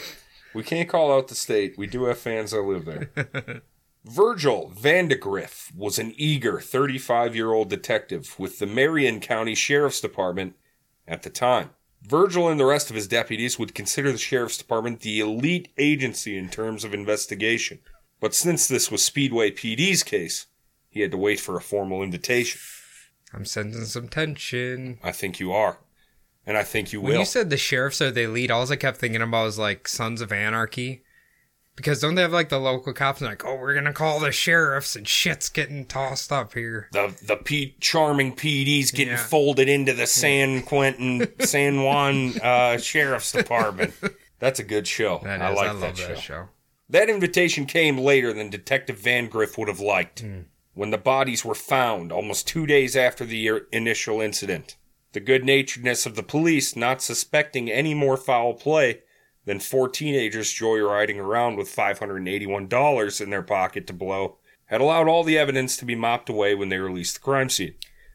J: We can't call out the state. We do have fans that live there. Virgil Vandegrift was an eager 35 year old detective with the Marion County Sheriff's Department at the time. Virgil and the rest of his deputies would consider the Sheriff's Department the elite agency in terms of investigation. But since this was Speedway PD's case, he had to wait for a formal invitation.
H: I'm sensing some tension.
J: I think you are. And I think you
H: When
J: will.
H: you said the sheriffs are the elite, all I kept thinking about was like Sons of Anarchy. Because don't they have like the local cops and like, oh, we're gonna call the sheriffs and shit's getting tossed up here.
J: the the P- charming PD's getting
H: Yeah.
J: folded into the San Quentin San Juan uh, Sheriff's Department. That's a good show.
H: That
J: I
H: is-
J: like
H: I
J: that,
H: love
J: show.
H: that show. That invitation came later than Detective Van Griff would have liked. When the bodies were found, almost two days after the ir- initial incident, the good naturedness of the police not suspecting any more foul play than four teenagers joyriding around with $581 in their pocket to blow had allowed all the evidence to be mopped away when they released the crime scene.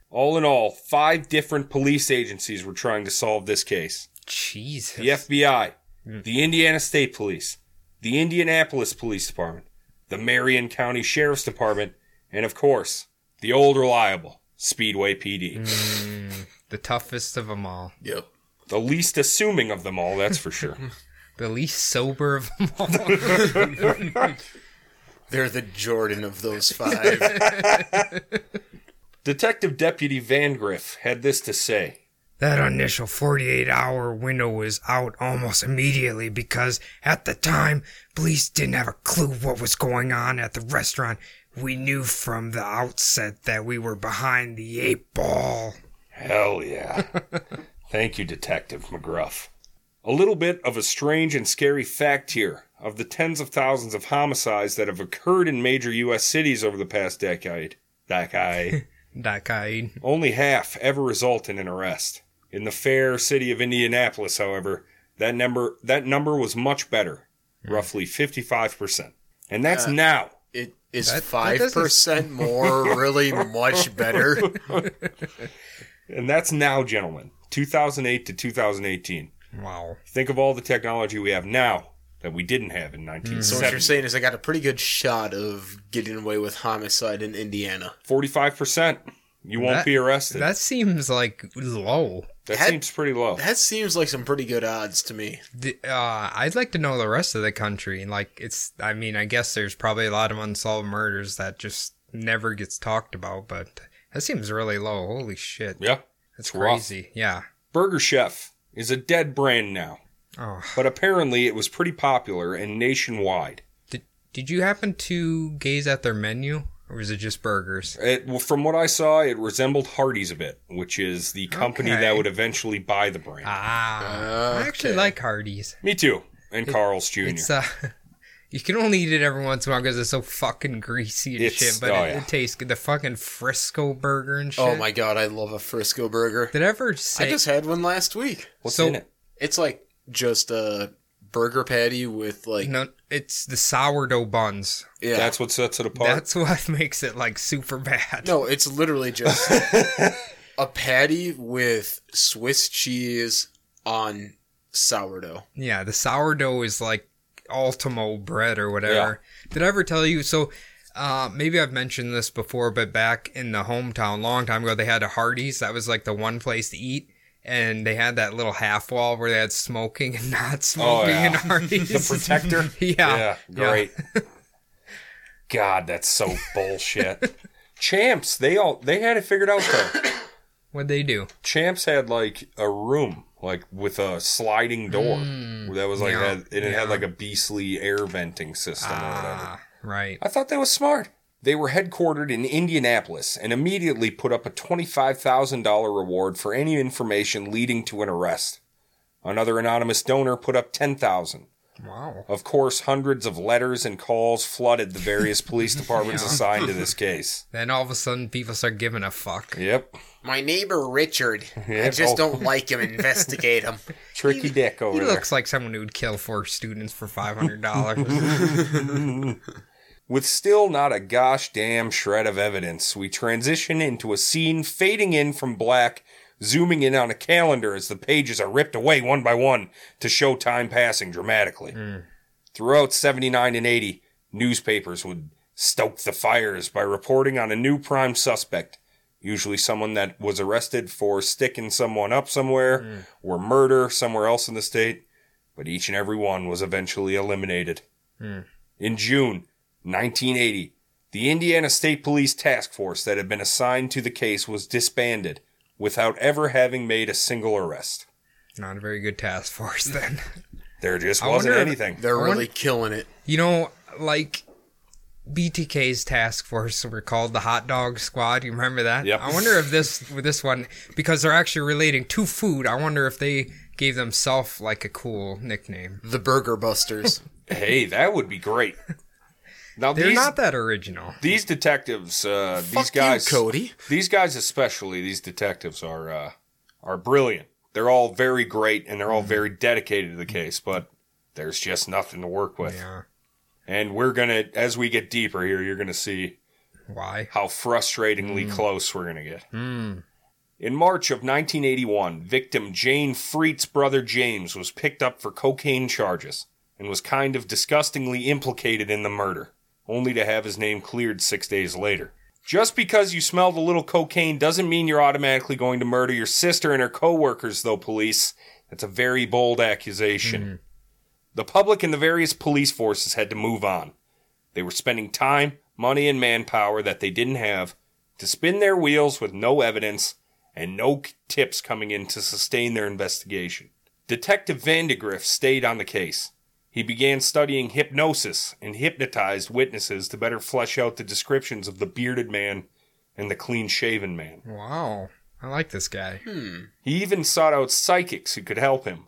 H: All in all, five different police agencies were trying to solve this case.
J: Jesus.
H: The FBI, the Indiana State Police, the Indianapolis Police Department, the Marion County Sheriff's Department, and of course, the old reliable Speedway PD.
J: Mm, the toughest of them all.
H: Yep. The least assuming of them all, that's for sure.
J: The least sober of them all.
I: They're the Jordan of those five.
H: Detective Deputy Van Griff had this to say.
J: That initial 48 hour window was out almost immediately because at the time, police didn't have a clue what was going on at the restaurant. We knew from the outset that we were behind the eight ball.
H: Hell yeah. Thank you, Detective McGruff. A little bit of a strange and scary fact here. Of the tens of thousands of homicides that have occurred in major U.S. cities over the past decade, decade,
J: Decade.
H: only half ever result in an arrest. In the fair city of Indianapolis, however, that number that number was much better,
J: Hmm.
H: roughly fifty-five percent, and that's
I: Uh,
H: now.
I: It is
H: That- that
I: five
H: doesn't-
I: percent more really much better.
J: Mm-hmm.
H: And that's now, gentlemen, 2008 to 2018.
J: Wow.
H: Think of all the technology we have now that we didn't have in
J: Hmm.
I: So what you're
H: 1970.
I: saying is I got a pretty good shot of getting away with homicide in Indiana.
H: 45%. You won't
I: That-
H: be arrested.
J: That seems like low.
H: That seems pretty low.
J: Oh.
I: That seems like some pretty good odds to me.
J: The- uh, I'd like to know the rest of the country. Like, it's, I mean, I guess there's probably a lot of unsolved murders that just never gets talked about, but that seems really low. Holy shit.
H: Yeah.
J: That's
H: It's rough.
J: crazy. Yeah.
H: Burger Chef is a dead brand now,
J: Oh.
H: but apparently it was pretty popular and nationwide.
J: Did you happen to gaze at their menu, or was it just burgers?
H: It, well, from what I saw, it resembled Hardee's a bit, which is the company
J: Okay.
H: that would eventually buy the brand.
J: Ah, I actually like Hardee's.
H: Me too. And
J: It-
H: Carl's Jr.
J: It's uh, you can only eat it every once in a while because it's so fucking greasy and
I: It's-
J: shit. But
I: oh,
J: it,
I: yeah.
J: it tastes good. The fucking Frisco burger and shit.
I: Oh my god, I love a Frisco burger.
J: Did I ever say?
I: I just had one last week.
J: What's So- in it?
I: It's like just a burger patty with like
J: no, it's the sourdough buns.
I: Yeah.
H: That's what sets it apart.
J: That's what makes it like super bad.
I: No, it's literally just a patty with Swiss cheese on sourdough.
J: Yeah, the sourdough is like Ultimo bread or whatever. Did I ever tell you? So uh, maybe I've mentioned this before, but back in the hometown, long time ago, they had a Hardee's. That was like the one place to eat. And they had that little half wall where they had smoking and not smoking
H: Oh, yeah.
J: and Hardee's.
H: The protector?
J: yeah.
H: Yeah, great. God, that's so bullshit. Champs, they all they had it figured out though.
J: What'd they do?
H: Champs had like a room, like with a sliding door
J: Mm,
H: that was like
J: yeah,
H: had, and it had
J: yeah. Ah,
H: like a beastly air venting system or whatever.
J: Right.
H: I thought that was smart. They were headquartered in Indianapolis and immediately put up a $25,000 reward for any information leading to an arrest. Another anonymous donor put up 10,000.
J: Wow.
H: Of course, hundreds of letters and calls flooded the various police departments
J: Yeah.
H: assigned to this case.
J: Then all of a sudden, people start giving a fuck.
H: Yep.
I: My neighbor Richard.
H: Yeah,
I: I just
H: oh.
I: don't like him. Investigate him.
H: Tricky dick over
J: He
H: there.
J: looks like someone who'd kill four students for five hundred dollars.
H: With still not a gosh damn shred of evidence, we transition into a scene fading in from black, zooming in on a calendar as the pages are ripped away one by one to show time passing dramatically. Throughout 79 and 80, newspapers would stoke the fires by reporting on a new prime suspect, usually someone that was arrested for sticking someone up somewhere
J: Hmm.
H: or murder somewhere else in the state, but each and every one was eventually eliminated.
J: Hmm.
H: In June 1980, the Indiana State Police Task Force that had been assigned to the case was disbanded without ever having made a single arrest.
J: Not a very good task force then.
H: There just
J: I
H: wasn't
J: wonder if-
H: anything.
J: They're I really wonder-
I: killing it.
J: You know, like BTK's task force were called the Hot Dog Squad. You remember that?
H: Yep.
J: I wonder if this with this one because they're actually relating to food. I wonder if they gave themselves like a cool nickname.
I: The Burger Busters.
H: Hey, that would be great. Now
J: They're
H: these,
J: not that original.
H: These detectives, uh, these guys, Cody. These guys, especially these detectives, are uh, are brilliant. They're all very great, and they're all very dedicated to the case. But there's just nothing to work with. And we're gonna, as we get deeper here, you're gonna see
J: why
H: how frustratingly close we're gonna get.
J: Hmm.
H: In March of 1981, victim Jane Freet's brother James was picked up for cocaine charges and was kind of disgustingly implicated in the murder, only to have his name cleared six days later. Just because you smelled a little cocaine doesn't mean you're automatically going to murder your sister and her coworkers, though, police. That's a very bold accusation.
J: Mm-hmm.
H: The public and the various police forces had to move on. They were spending time, money, and manpower that they didn't have to spin their wheels with no evidence and no c- tips coming in to sustain their investigation. Detective Vandegrift stayed on the case. He began studying hypnosis and hypnotized witnesses to better flesh out the descriptions of the bearded man and the clean shaven man.
J: Wow. I like this guy.
I: Hmm.
H: He even sought out psychics who could help him.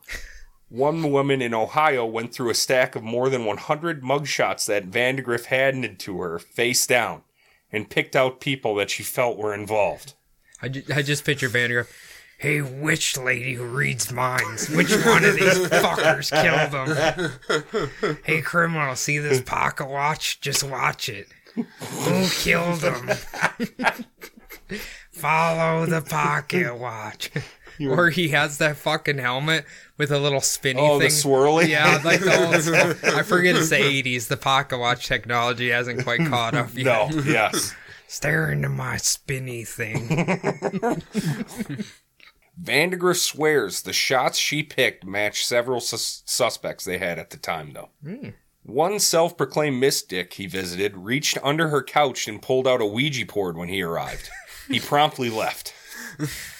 H: One woman in Ohio went through a stack of more than 100 mugshots that Vandegrift handed to her, face down, and picked out people that she felt were involved.
J: I, ju- I just picture Vandergriff. Hey, witch lady who reads minds. Which one of these fuckers killed them? Hey, criminal, see this pocket watch? Just watch it. Who killed them? Follow the pocket watch. Or he has that fucking helmet with a little spinny
H: Oh, the
J: thing.
H: swirly?
J: Yeah, like the old. I forget it's the 80s. The pocket watch technology hasn't quite caught up yet.
H: No, yes.
J: Stare into my spinny thing.
H: Vandegrift swears the shots she picked matched several sus- suspects they had at the time, though.
J: Hmm.
H: One self proclaimed mystic he visited reached under her couch and pulled out a Ouija board when he arrived. he promptly left.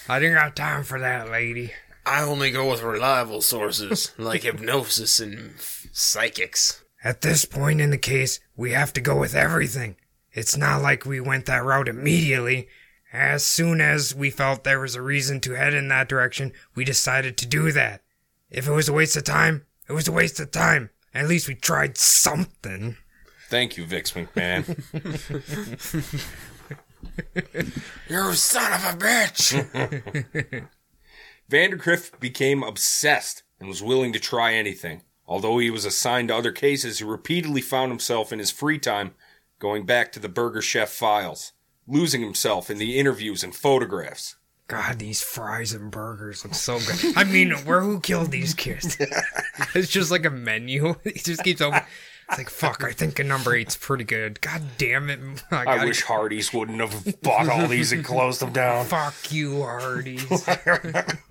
J: I didn't got time for that, lady.
I: I only go with reliable sources like hypnosis and f- psychics.
J: At this point in the case, we have to go with everything. It's not like we went that route immediately. As soon as we felt there was a reason to head in that direction, we decided to do that. If it was a waste of time, it was a waste of time. At least we tried something.
H: Thank you, Vix McMahon.
I: You son of a bitch!
H: Vandergrift became obsessed and was willing to try anything. Although he was assigned to other cases, he repeatedly found himself in his free time going back to the Burger Chef files, losing himself in the interviews and photographs.
J: God, these fries and burgers look so good. I mean, where who killed these kids? it's just like a menu. It just keeps open. It's like fuck. I think a number eight's pretty good. God damn it!
H: I,
J: gotta-
H: wish Hardee's wouldn't have bought all these and closed them down.
J: Fuck you, Hardee's.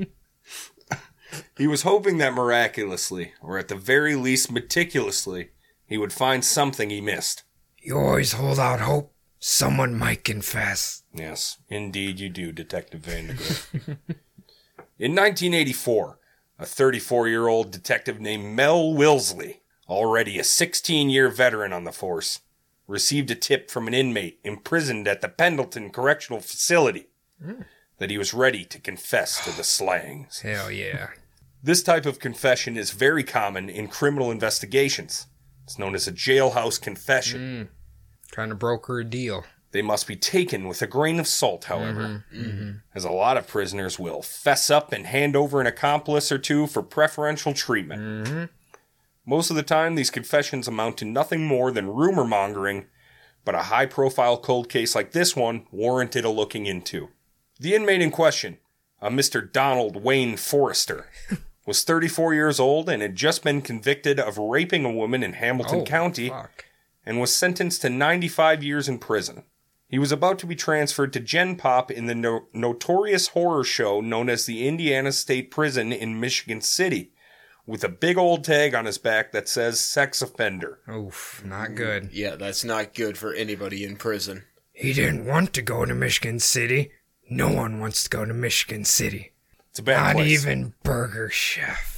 H: He was hoping that miraculously, or at the very least meticulously, he would find something he missed.
J: you always hold out hope someone might confess.
H: Yes, indeed you do, Detective Vandegrift. In 1984, a 34 year old detective named Mel Wilsley, already a 16 year veteran on the force, received a tip from an inmate imprisoned at the Pendleton Correctional Facility that he was ready to confess to the slangs.
J: Hell yeah.
H: This type of confession is very common in criminal investigations. It's known as a jailhouse confession.
J: Trying to broker a deal.
H: They must be taken with a grain of salt, however
J: Mm-hmm.
H: as a lot of prisoners will fess up and hand over an accomplice or two for preferential treatment.
J: Mm-hmm.
H: Most of the time, these confessions amount to nothing more than rumor mongering, but a high profile cold case like this one warranted a looking into. The inmate in question, a Mr. Donald Wayne Forrester, was 34 years old and had just been convicted of raping a woman in Hamilton
J: Oh,
H: County and was sentenced to 95 years in prison. He was about to be transferred to Gen Pop in the no- notorious horror show known as the Indiana State Prison in Michigan City, with a big old tag on his back that says sex offender.
J: Oof, not good.
I: Yeah, that's not good for anybody in prison.
J: He didn't want to go to Michigan City. No one wants to go to Michigan City.
H: It's a bad
J: Not
H: place.
J: even Burger Chef.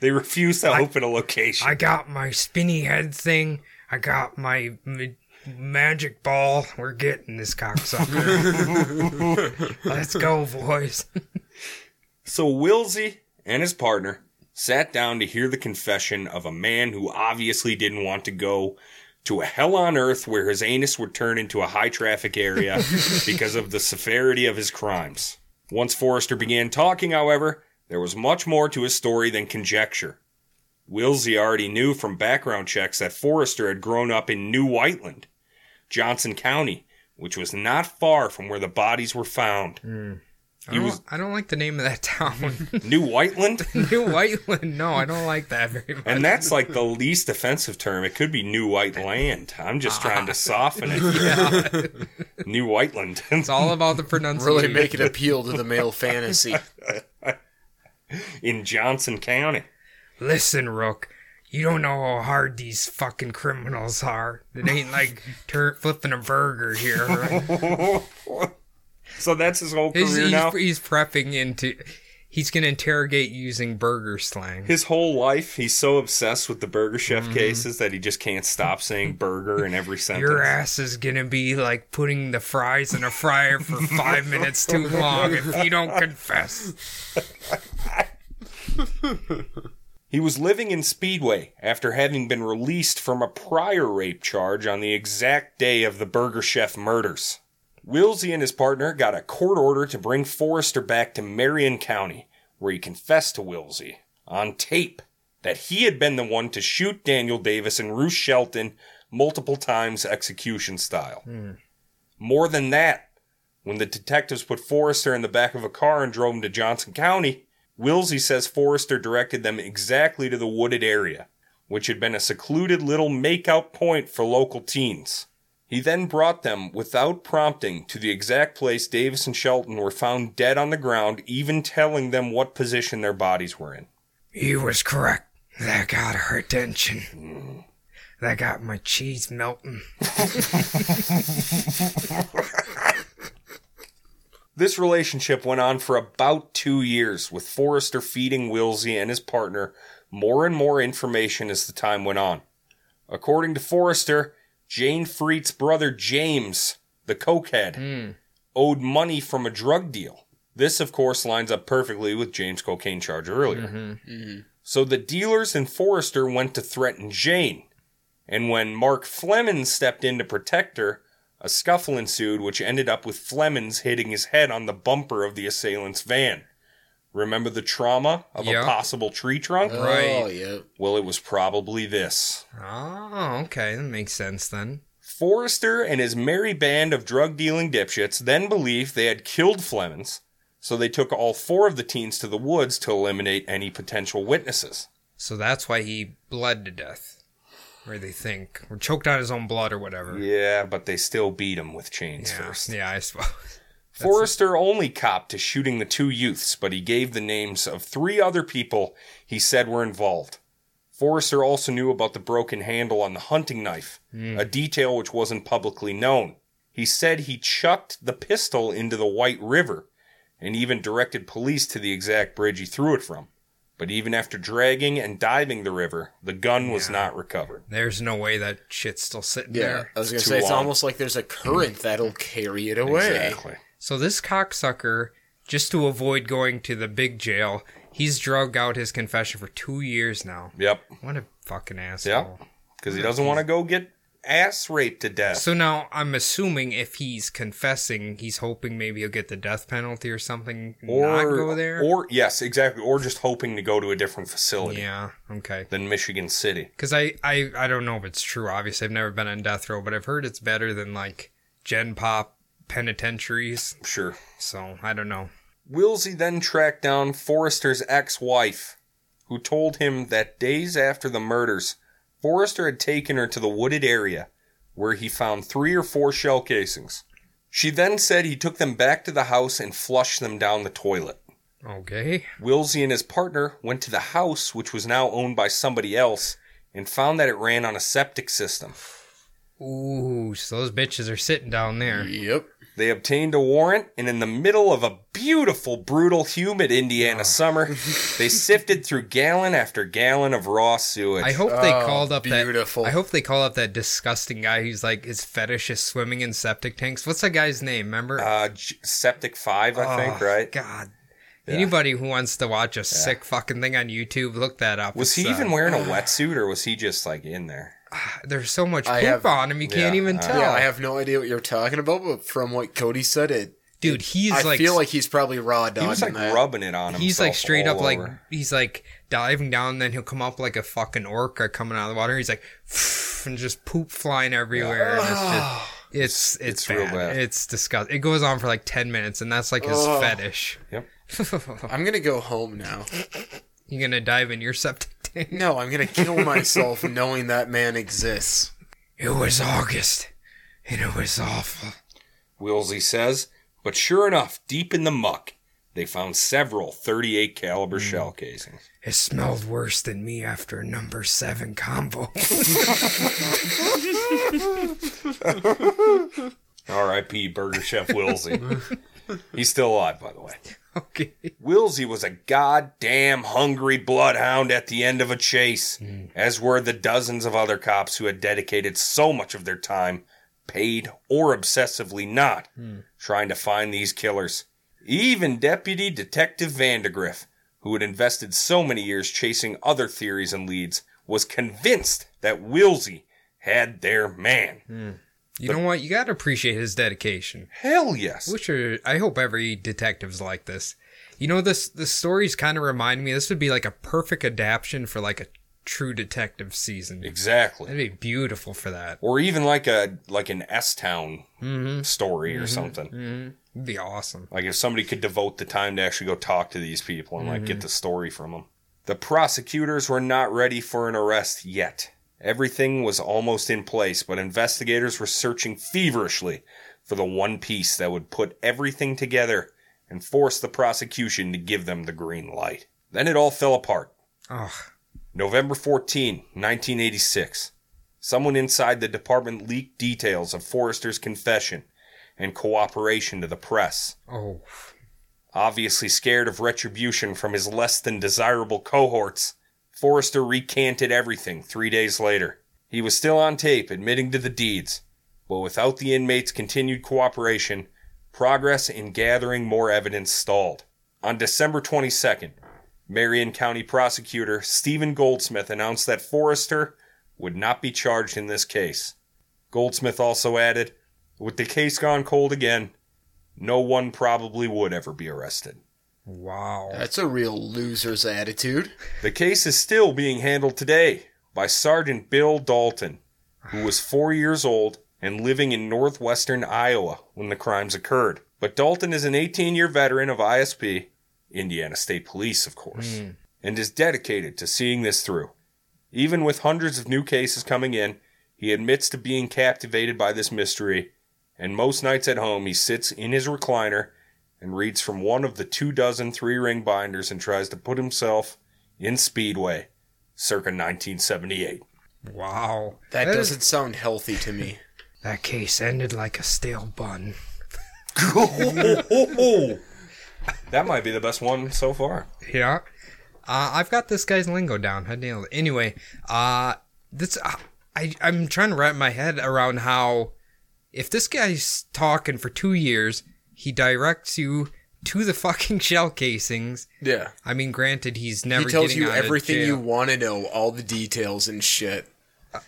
H: they refuse to open a location.
J: I got my spinny head thing. I got my ma- magic ball. We're getting this cocksucker. Let's go, boys.
H: so Wilsey and his partner
J: sat down to hear the confession of a man who obviously didn't want to go to a hell on earth where his anus would turn into a high traffic area because of the severity of his crimes. Once Forrester began talking, however, there was much more to his story than conjecture. Wilsey already knew from background checks that Forrester had grown up in New Whiteland, Johnson County, which was not far from where the bodies were found.
H: Hmm. I
J: He
H: don't,
J: was
H: I don't like the name of that town.
J: New Whiteland?
H: New Whiteland. No, I don't like that very much.
J: And that's like the least offensive term. It could be New White Land. I'm just trying to soften it. New Whiteland. It's
H: all about the pronunciation.
I: Really make it appeal to the male fantasy.
J: In Johnson County.
H: Listen, Rook, you don't know how hard these fucking criminals are. It ain't like tur- flipping a burger here.
J: so that's his whole
H: he's,
J: career
H: he's-
J: now?
H: He's prepping into. He's gonna interrogate using burger slang.
J: His whole life, he's so obsessed with the Burger Chef cases that he just can't stop saying burger in every sentence.
H: Mm-hmm. Your ass is gonna be like putting the fries in a fryer for five minutes too long if you don't confess.
J: He was living in Speedway after having been released from a prior rape charge on the exact day of the Burger Chef murders. Wilsey and his partner got a court order to bring Forrester back to Marion County, where he confessed to Wilsey on tape that he had been the one to shoot Daniel Davis and Ruth Shelton multiple times execution style. More than that, when the detectives put Forrester in the back of a car and drove him to Johnson County, Wilsey says Forrester directed them exactly to the wooded area, which had been a secluded little makeout point for local teens. He then brought them, without prompting, to the exact place Davis and Shelton were found dead on the ground, even telling them what position their bodies were in.
H: He was correct. That got her attention. That got my cheese melting.
J: This relationship went on for about two years, with Forrester feeding Wilsey and his partner more and more information as the time went on. According to Forrester, Jane Freet's brother James, the cokehead, owed money from a drug deal. This, of course, lines up perfectly with James' cocaine charge earlier. So the dealers and Forrester went to threaten Jane. And when Mark Fleming stepped in to protect her, a scuffle ensued, which ended up with Fleming's hitting his head on the bumper of the assailant's van. Remember the trauma of
H: Yeah.
J: a possible tree trunk?
H: Oh, Right. yeah.
J: Well, it was probably this.
H: Oh, okay, that makes sense then.
J: Forrester and his merry band of drug dealing dipshits then believed they had killed Flemings, so they took all four of the teens to the woods to eliminate any potential witnesses.
H: So that's why he bled to death, or they think, or choked out his own blood, or whatever.
J: Yeah, but they still beat him with chains
H: Yeah,
J: first.
H: yeah, I suppose.
J: Forrester only copped to shooting the two youths, but he gave the names of three other people he said were involved. Forrester also knew about the broken handle on the hunting knife, a detail which wasn't publicly known. He said he chucked the pistol into the White River and even directed police to the exact bridge he threw it from. But even after dragging and diving the river, the gun was not recovered.
H: There's no way that shit's still sitting
J: Yeah,
H: there.
J: I was gonna It's say, too it's long. almost
I: like there's a current that'll carry it away.
J: Exactly.
H: So this cocksucker, just to avoid going to the big jail, he's drug out his confession for two years now.
J: Yep.
H: What a fucking asshole.
J: Yep. Because he doesn't want to go get ass raped to death.
H: So now I'm assuming if he's confessing, he's hoping maybe he'll get the death penalty or something. not go there.
J: Or yes, exactly. Or just hoping to go to a different facility.
H: Yeah. Okay.
J: Than Michigan City.
H: Because I, I, I don't know if it's true. Obviously, I've never been on death row, but I've heard it's better than like Gen Pop penitentiaries.
J: Sure.
H: So I don't know.
J: Wilsey then tracked down Forrester's ex-wife, who told him that days after the murders, Forrester had taken her to the wooded area, where he found three or four shell casings. She then said he took them back to the house and flushed them down the toilet.
H: Okay.
J: Wilsey and his partner went to the house, which was now owned by somebody else, and found that it ran on a septic system.
H: Ooh, so those bitches are sitting down there.
I: Yep.
J: They obtained a warrant, and in the middle of a beautiful, brutal, humid Indiana summer, they sifted through gallon after gallon of raw sewage.
H: I hope they
I: Oh.
H: called up that. I hope they call up that disgusting guy who's like his fetish is swimming in septic tanks. What's that guy's name? Remember?
J: Uh, Septic Five, I think, right?
H: Oh, God, Anybody who wants to watch a sick fucking thing on YouTube, look that up.
J: Was he
H: It's, uh,
J: even wearing a wetsuit or was he just like in there?
H: There's so much poop
J: I have-
H: on him, you can't
J: Yeah,
H: even
J: uh,
H: tell.
I: Yeah, I have no idea what you're talking about, but from what Cody said, it
H: Dude, he's
I: I
H: like-
I: feel like he's probably raw dog.
H: He was, like,
J: rubbing it on
H: He's like straight up like he's like diving down, then he'll come up like a fucking orca coming out of the water. He's like and just poop flying everywhere. and it's just- it's it's,
J: real
H: bad.
J: bad.
H: It's disgusting. It goes on for like ten minutes, and that's like his
I: Ugh.
H: fetish.
J: Yep.
I: I'm gonna go home now.
H: You gonna dive in your septic tank?
I: No, I'm gonna kill myself knowing that man exists.
H: It was August, and it was awful.
J: Wilsey says, but sure enough, deep in the muck, they found several 38
H: Hmm.
J: caliber shell casings.
H: It smelled worse than me after number seven combo.
J: R.I.P. Burger Chef Wilsey. He's still alive, by the way.
H: Okay.
J: Wilsey was a goddamn hungry bloodhound at the end of a chase,
H: Hmm.
J: as were the dozens of other cops who had dedicated so much of their time, paid or obsessively not,
H: Hmm.
J: trying to find these killers. Even Deputy Detective Vandergriff, who had invested so many years chasing other theories and leads, was convinced that Wilsey had their man.
H: Hmm. You know what? You gotta appreciate his dedication.
J: Hell yes.
H: Which are, I hope every detective's like this. You know this the stories kind of remind me. This would be like a perfect adaptation for like a true detective season.
J: Exactly.
H: It'd be beautiful for that.
J: Or even like a like an S Town
H: Mhm.
J: story or
H: Mhm.
J: something.
H: Mhm. It'd be awesome.
J: Like if somebody could devote the time to actually go talk to these people and like
H: Mm-hmm.
J: get the story from them. The prosecutors were not ready for an arrest yet. Everything was almost in place, but investigators were searching feverishly for the one piece that would put everything together and force the prosecution to give them the green light. Then it all fell apart.
H: Ugh.
J: November 14, 1986. Someone inside the department leaked details of Forrester's confession and cooperation to the press.
H: Oh.
J: Obviously scared of retribution from his less than desirable cohorts, Forrester recanted everything three days later. He was still on tape admitting to the deeds, but without the inmates' continued cooperation, progress in gathering more evidence stalled. On December 22nd, Marion County Prosecutor Stephen Goldsmith announced that Forrester would not be charged in this case. Goldsmith also added, with the case gone cold again, no one probably would ever be arrested.
H: Wow.
I: That's a real loser's attitude.
J: The case is still being handled today by Sergeant Bill Dalton, who was four years old and living in northwestern Iowa when the crimes occurred. But Dalton is an 18 year veteran of ISP, Indiana State Police, of course,
H: Mm.
J: and is dedicated to seeing this through. Even with hundreds of new cases coming in, he admits to being captivated by this mystery, and most nights at home he sits in his recliner and reads from one of the two dozen three ring binders and tries to put himself in Speedway circa 1978.
H: Wow.
I: That,
H: That is-
I: doesn't sound healthy to me.
H: That case ended like a stale bun.
J: that might be the best one so far.
H: Yeah. Uh, I've got this guy's lingo down. I nailed it. Anyway, uh, this uh, I I'm trying to wrap my head around how if this guy's talking for two years, he directs you to the fucking shell casings.
I: Yeah.
H: I mean, granted, he's never.
I: he tells
H: getting
I: you
H: out of
I: everything you
H: jail.
I: want to know, all the details and shit.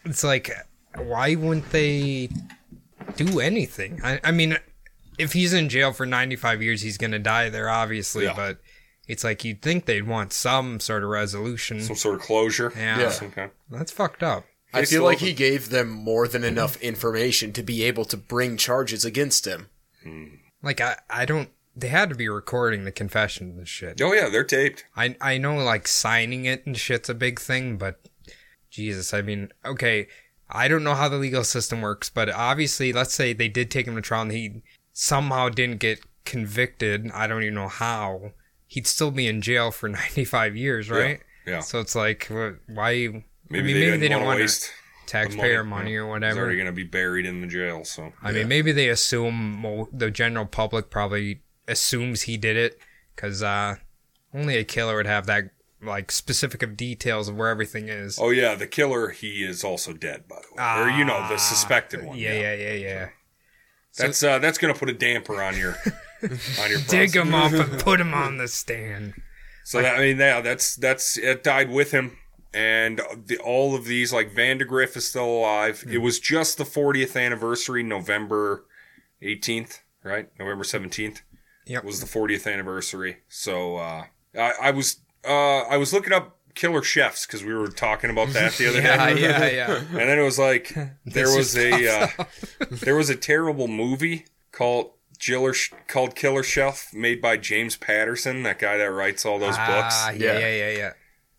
H: It's like, why wouldn't they do anything? I, I mean, if he's in jail for 95 years, he's going to die there, obviously, but it's like you'd think they'd want some sort of resolution.
J: Some sort of closure.
H: Yeah.
I: Yeah.
J: Okay.
H: That's fucked up.
I: I
H: It's
I: feel like
H: over.
I: he gave them more than enough information to be able to bring charges against him.
H: Like, I, I don't. They had to be recording the confession and shit.
J: Oh, yeah, they're taped.
H: I, I know, like, signing it and shit's a big thing, but Jesus, I mean, okay, I don't know how the legal system works, but obviously, let's say they did take him to trial and he somehow didn't get convicted. I don't even know how. He'd still be in jail for 95 years,
J: Yeah,
H: right?
J: yeah.
H: So it's like, wh- why? Maybe,
J: Maybe they didn't wanna
H: wanna
J: waste
H: taxpayer money, or
J: He's
H: whatever.
J: already going to be buried in the jail, so.
H: I mean, maybe they assume mo- the general public probably assumes he did it because uh, only a killer would have that like specific of details of where everything is.
J: Oh, yeah, the killer, he is also dead, by the way. or, you know, the
H: Ah,
J: suspected one.
H: Yeah, yeah, yeah, yeah.
J: That's uh, that's gonna put a damper on your
H: on your
J: Dig
H: prostate.
J: him up and put him on the stand.
H: So that, I mean, yeah, that's that's it died with him, and the, all of these like Vandergriff is still alive. It was just the 40th anniversary, November 18th, right? November 17th.
J: Yep.
H: was the 40th anniversary. So uh, I, I was uh, I was looking up killer chefs because we were talking about that the other
J: Yeah,
H: day.
J: yeah, yeah.
H: And then it was like there
J: This
H: was
J: just
H: a uh,
J: pops
H: there was a terrible movie called. Jiller, called Killer Chef, made by James Patterson, that guy that writes all those
J: Ah,
H: books.
J: yeah, yeah, yeah, yeah.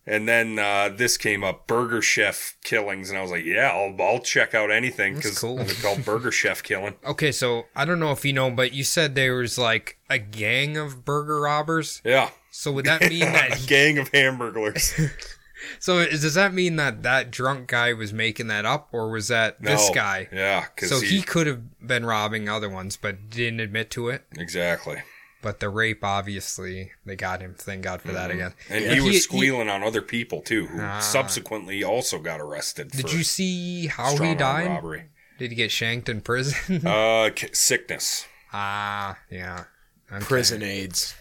H: And then uh, this came up, Burger Chef killings, and I was like, yeah, I'll, I'll check out anything because they're called Burger Chef killing.
J: Okay, so I don't know if you know, but you said there was like a gang of burger robbers.
H: Yeah.
J: So would that mean that
H: A gang of hamburglers?
J: So is, does that mean that that drunk guy was making that up, or was that this
H: No.
J: guy?
H: Yeah, 'cause
J: So
H: he-
J: he, could have been robbing other ones, but didn't admit to it.
H: Exactly.
J: But the rape, obviously, they got him. Thank God for that
H: Mhm.
J: again.
H: And
J: But
H: he was squealing on other people too, who
J: Ah.
H: subsequently also got arrested.
J: Did
H: for
J: you see how
H: strong
J: he
H: arm
J: died?
H: Robbery.
J: Did he get shanked in prison?
H: Uh, k- sickness.
J: ah, yeah. Okay.
I: Prison aids.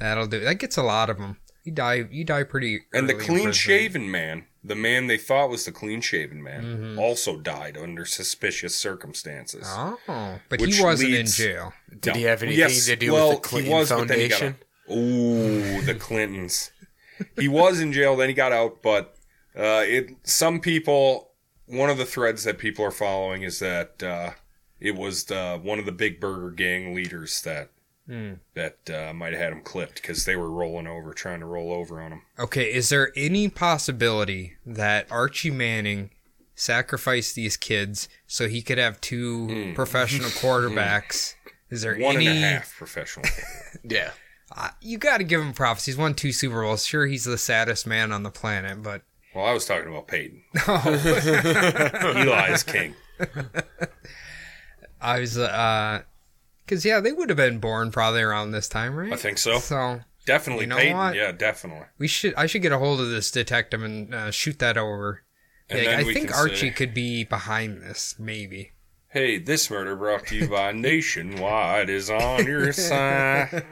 J: That'll do. That gets a lot of them. You die. You die pretty.
H: And the
J: early in
H: clean
J: prison.
H: shaven man, the man they thought was the clean shaven man,
J: Mhm.
H: also died under suspicious circumstances.
J: Oh, but
H: Which
J: he wasn't
H: leads-
J: in jail.
I: Did he have anything
H: Yes,
I: to do
H: well,
I: with the Clinton
H: he was, but then he got
I: Foundation?
H: out. Ooh, the Clintons. he was in jail, then he got out, but uh, it. Some people, one of the threads that people are following is that uh, it was the, one of the big burger gang leaders that
J: Hmm.
H: that uh, might have had him clipped because they were rolling over, trying to roll over on him.
J: Okay, is there any possibility that Archie Manning sacrificed these kids so he could have two professional quarterbacks? Is there
H: Hmm. One and
J: any?
H: a half professional.
I: Yeah.
J: Uh, you got to give him props. He's won two Super Bowls. Sure, he's the saddest man on the planet, but
H: well, I was talking about Peyton.
J: no.
H: Eli is king.
J: I was, uh, because yeah, they would have been born probably around this time, right?
H: I think so.
J: So
H: Definitely
J: You know
H: Peyton.
J: what?
H: Yeah, definitely.
J: we should. I should get a hold of this detective and uh, shoot that over.
H: And
J: Like,
H: then
J: I
H: we
J: think
H: can
J: Archie
H: say-
J: could be behind this, maybe.
H: Hey, this murder brought to you by Nationwide is on your side.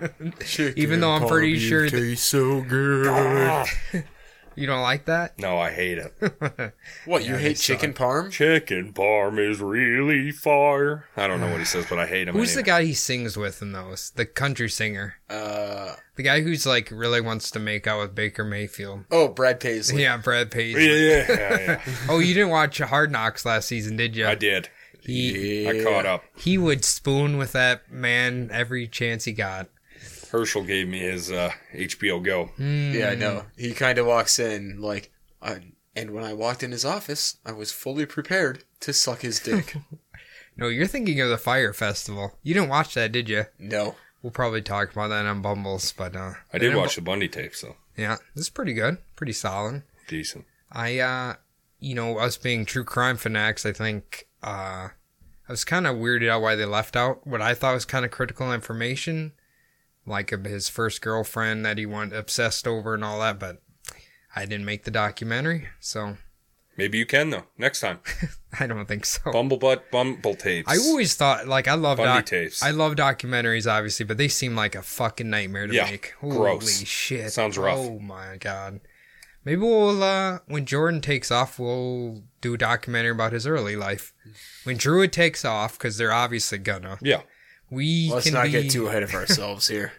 J: Even though I'm pretty sure that-
I: tastes so good.
J: You don't like that?
H: No, I hate it.
I: What you
J: Yeah, they
I: hate chicken parm?
H: Chicken parm is really fire. I don't know what he says, but I hate him.
J: Who's the
H: anyway.
J: guy he sings with in those? The country singer.
I: Uh
J: The guy who's like really wants to make out with Baker Mayfield.
I: oh, Brad Paisley.
J: Yeah, Brad Paisley.
H: Yeah, yeah, yeah.
J: Oh, you didn't watch Hard Knocks last season, did you?
H: I did.
J: He
H: I caught up.
J: he would spoon with that man every chance he got.
H: Herschel gave me his uh, HBO Go.
I: Yeah, I know. He kind of walks in like, I, and when I walked in his office, I was fully prepared to suck his dick.
J: No, you're thinking of the Fire Festival. You didn't watch that, did you?
I: no,
J: We'll probably talk about that on Bumbles, but uh,
H: I did watch the Bundy tapes, though.
J: yeah, this is pretty good, pretty solid.
H: Decent.
J: I uh you know, us being true crime fanatics, I think uh I was kinda weirded out why they left out what I thought was kinda critical information. Like of his first girlfriend that he went obsessed over and all that, but I didn't make the documentary, so
H: Maybe you can, though, next time.
J: I don't think so.
H: Bumblebutt Bumble tapes.
J: I always thought like I love
H: Bundy
J: doc-
H: tapes.
J: I love documentaries obviously, but they seem like a fucking nightmare to
H: Yeah,
J: make. Holy
H: gross.
J: shit.
H: Sounds rough.
J: Oh my god. Maybe we'll uh when Jordan takes off, we'll do a documentary about his early life. When Druid takes off, because they're obviously gonna.
H: Yeah.
J: We
I: let's
J: can
I: not
J: be,
I: get too ahead of ourselves here.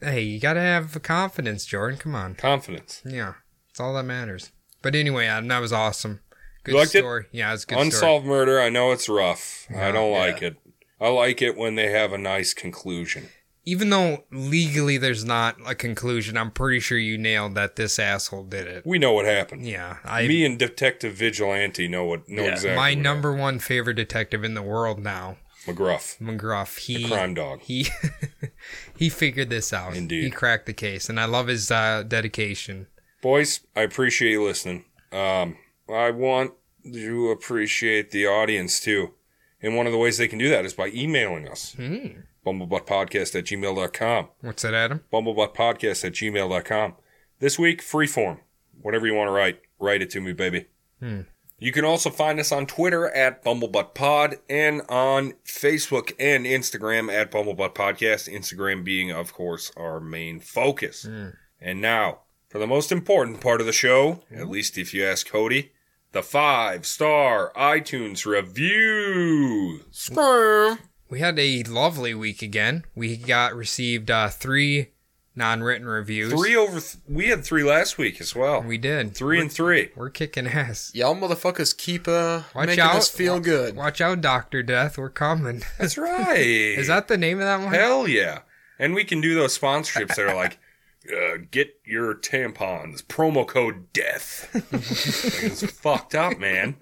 J: Hey, you gotta have confidence, Jordan. Come on.
H: Confidence.
J: Yeah, it's all that matters. But anyway, Adam, that was awesome. Good
H: You liked it?
J: story. Yeah, it's a good story.
H: Unsolved murder. I know it's rough. I don't
I: Yeah.
H: like it. I like it when they have a nice conclusion.
J: Even though legally there's not a conclusion, I'm pretty sure you nailed that this asshole did it.
H: We know what happened.
J: Yeah, I
H: Me and Detective Vigilante know what know
I: Yeah.
H: exactly.
J: my
H: what
J: number one favorite detective in the world now,
H: happened. McGruff,
J: McGruff. He
H: crime dog.
J: he he figured this out.
H: Indeed.
J: he cracked the case, and I love his uh, dedication.
H: Boys, I appreciate you listening. Um, I want you to appreciate the audience too. And one of the ways they can do that is by emailing us.
J: Hmm.
H: Bumblebuttpodcast at gmail.com.
J: What's that, Adam?
H: Bumblebuttpodcast at gmail.com. This week, free form. Whatever you want to write, write it to me, baby.
J: Hmm. You can also find us on Twitter at BumblebuttPod and on Facebook and Instagram at Bumblebutt Podcast. Instagram being, of course, our main focus.
L: Hmm.
J: And now for the most important part of the show,
L: Hmm?
J: at least if you ask Cody, the five star iTunes review.
L: Sperm. We had a lovely week again. We got received uh, three non-written reviews.
J: Three over. Th- we had three last week as well.
L: We did.
J: Three and three.
L: We're kicking ass.
I: Y'all motherfuckers keep uh
L: Watch
I: making
L: out.
I: us feel
L: Wa-
I: good.
L: Watch out, Doctor Death. We're coming.
J: That's right.
L: Is that the name of that one?
J: Hell yeah. And we can do those sponsorships that are like, uh, get your tampons, promo code DEATH. Like, it's fucked up, man.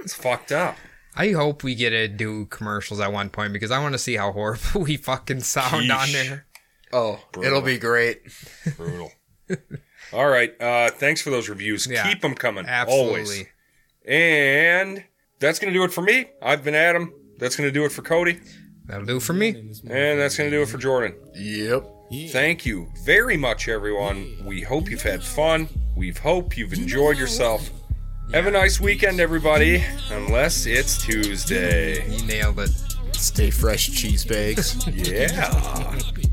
J: It's fucked up.
L: I hope we get to do commercials at one point because I want to see how horrible we fucking sound on
J: Yeesh.
L: there.
I: Oh,
J: Brutal.
I: it'll be great.
J: Brutal. All right. Uh, thanks for those reviews. Keep 'em
L: Yeah.
J: Keep them coming. Always.
L: Absolutely.
J: And that's going to do it for me. I've been Adam. That's going to do it for Cody.
L: That'll do for me.
J: And that's going to do it for Jordan.
I: Yep.
J: Thank you very much, everyone. We hope you've had fun. We hope you've enjoyed yourself. Have a nice weekend, everybody. Unless it's Tuesday.
L: You nailed it.
I: Stay fresh, cheese bags.
J: Yeah.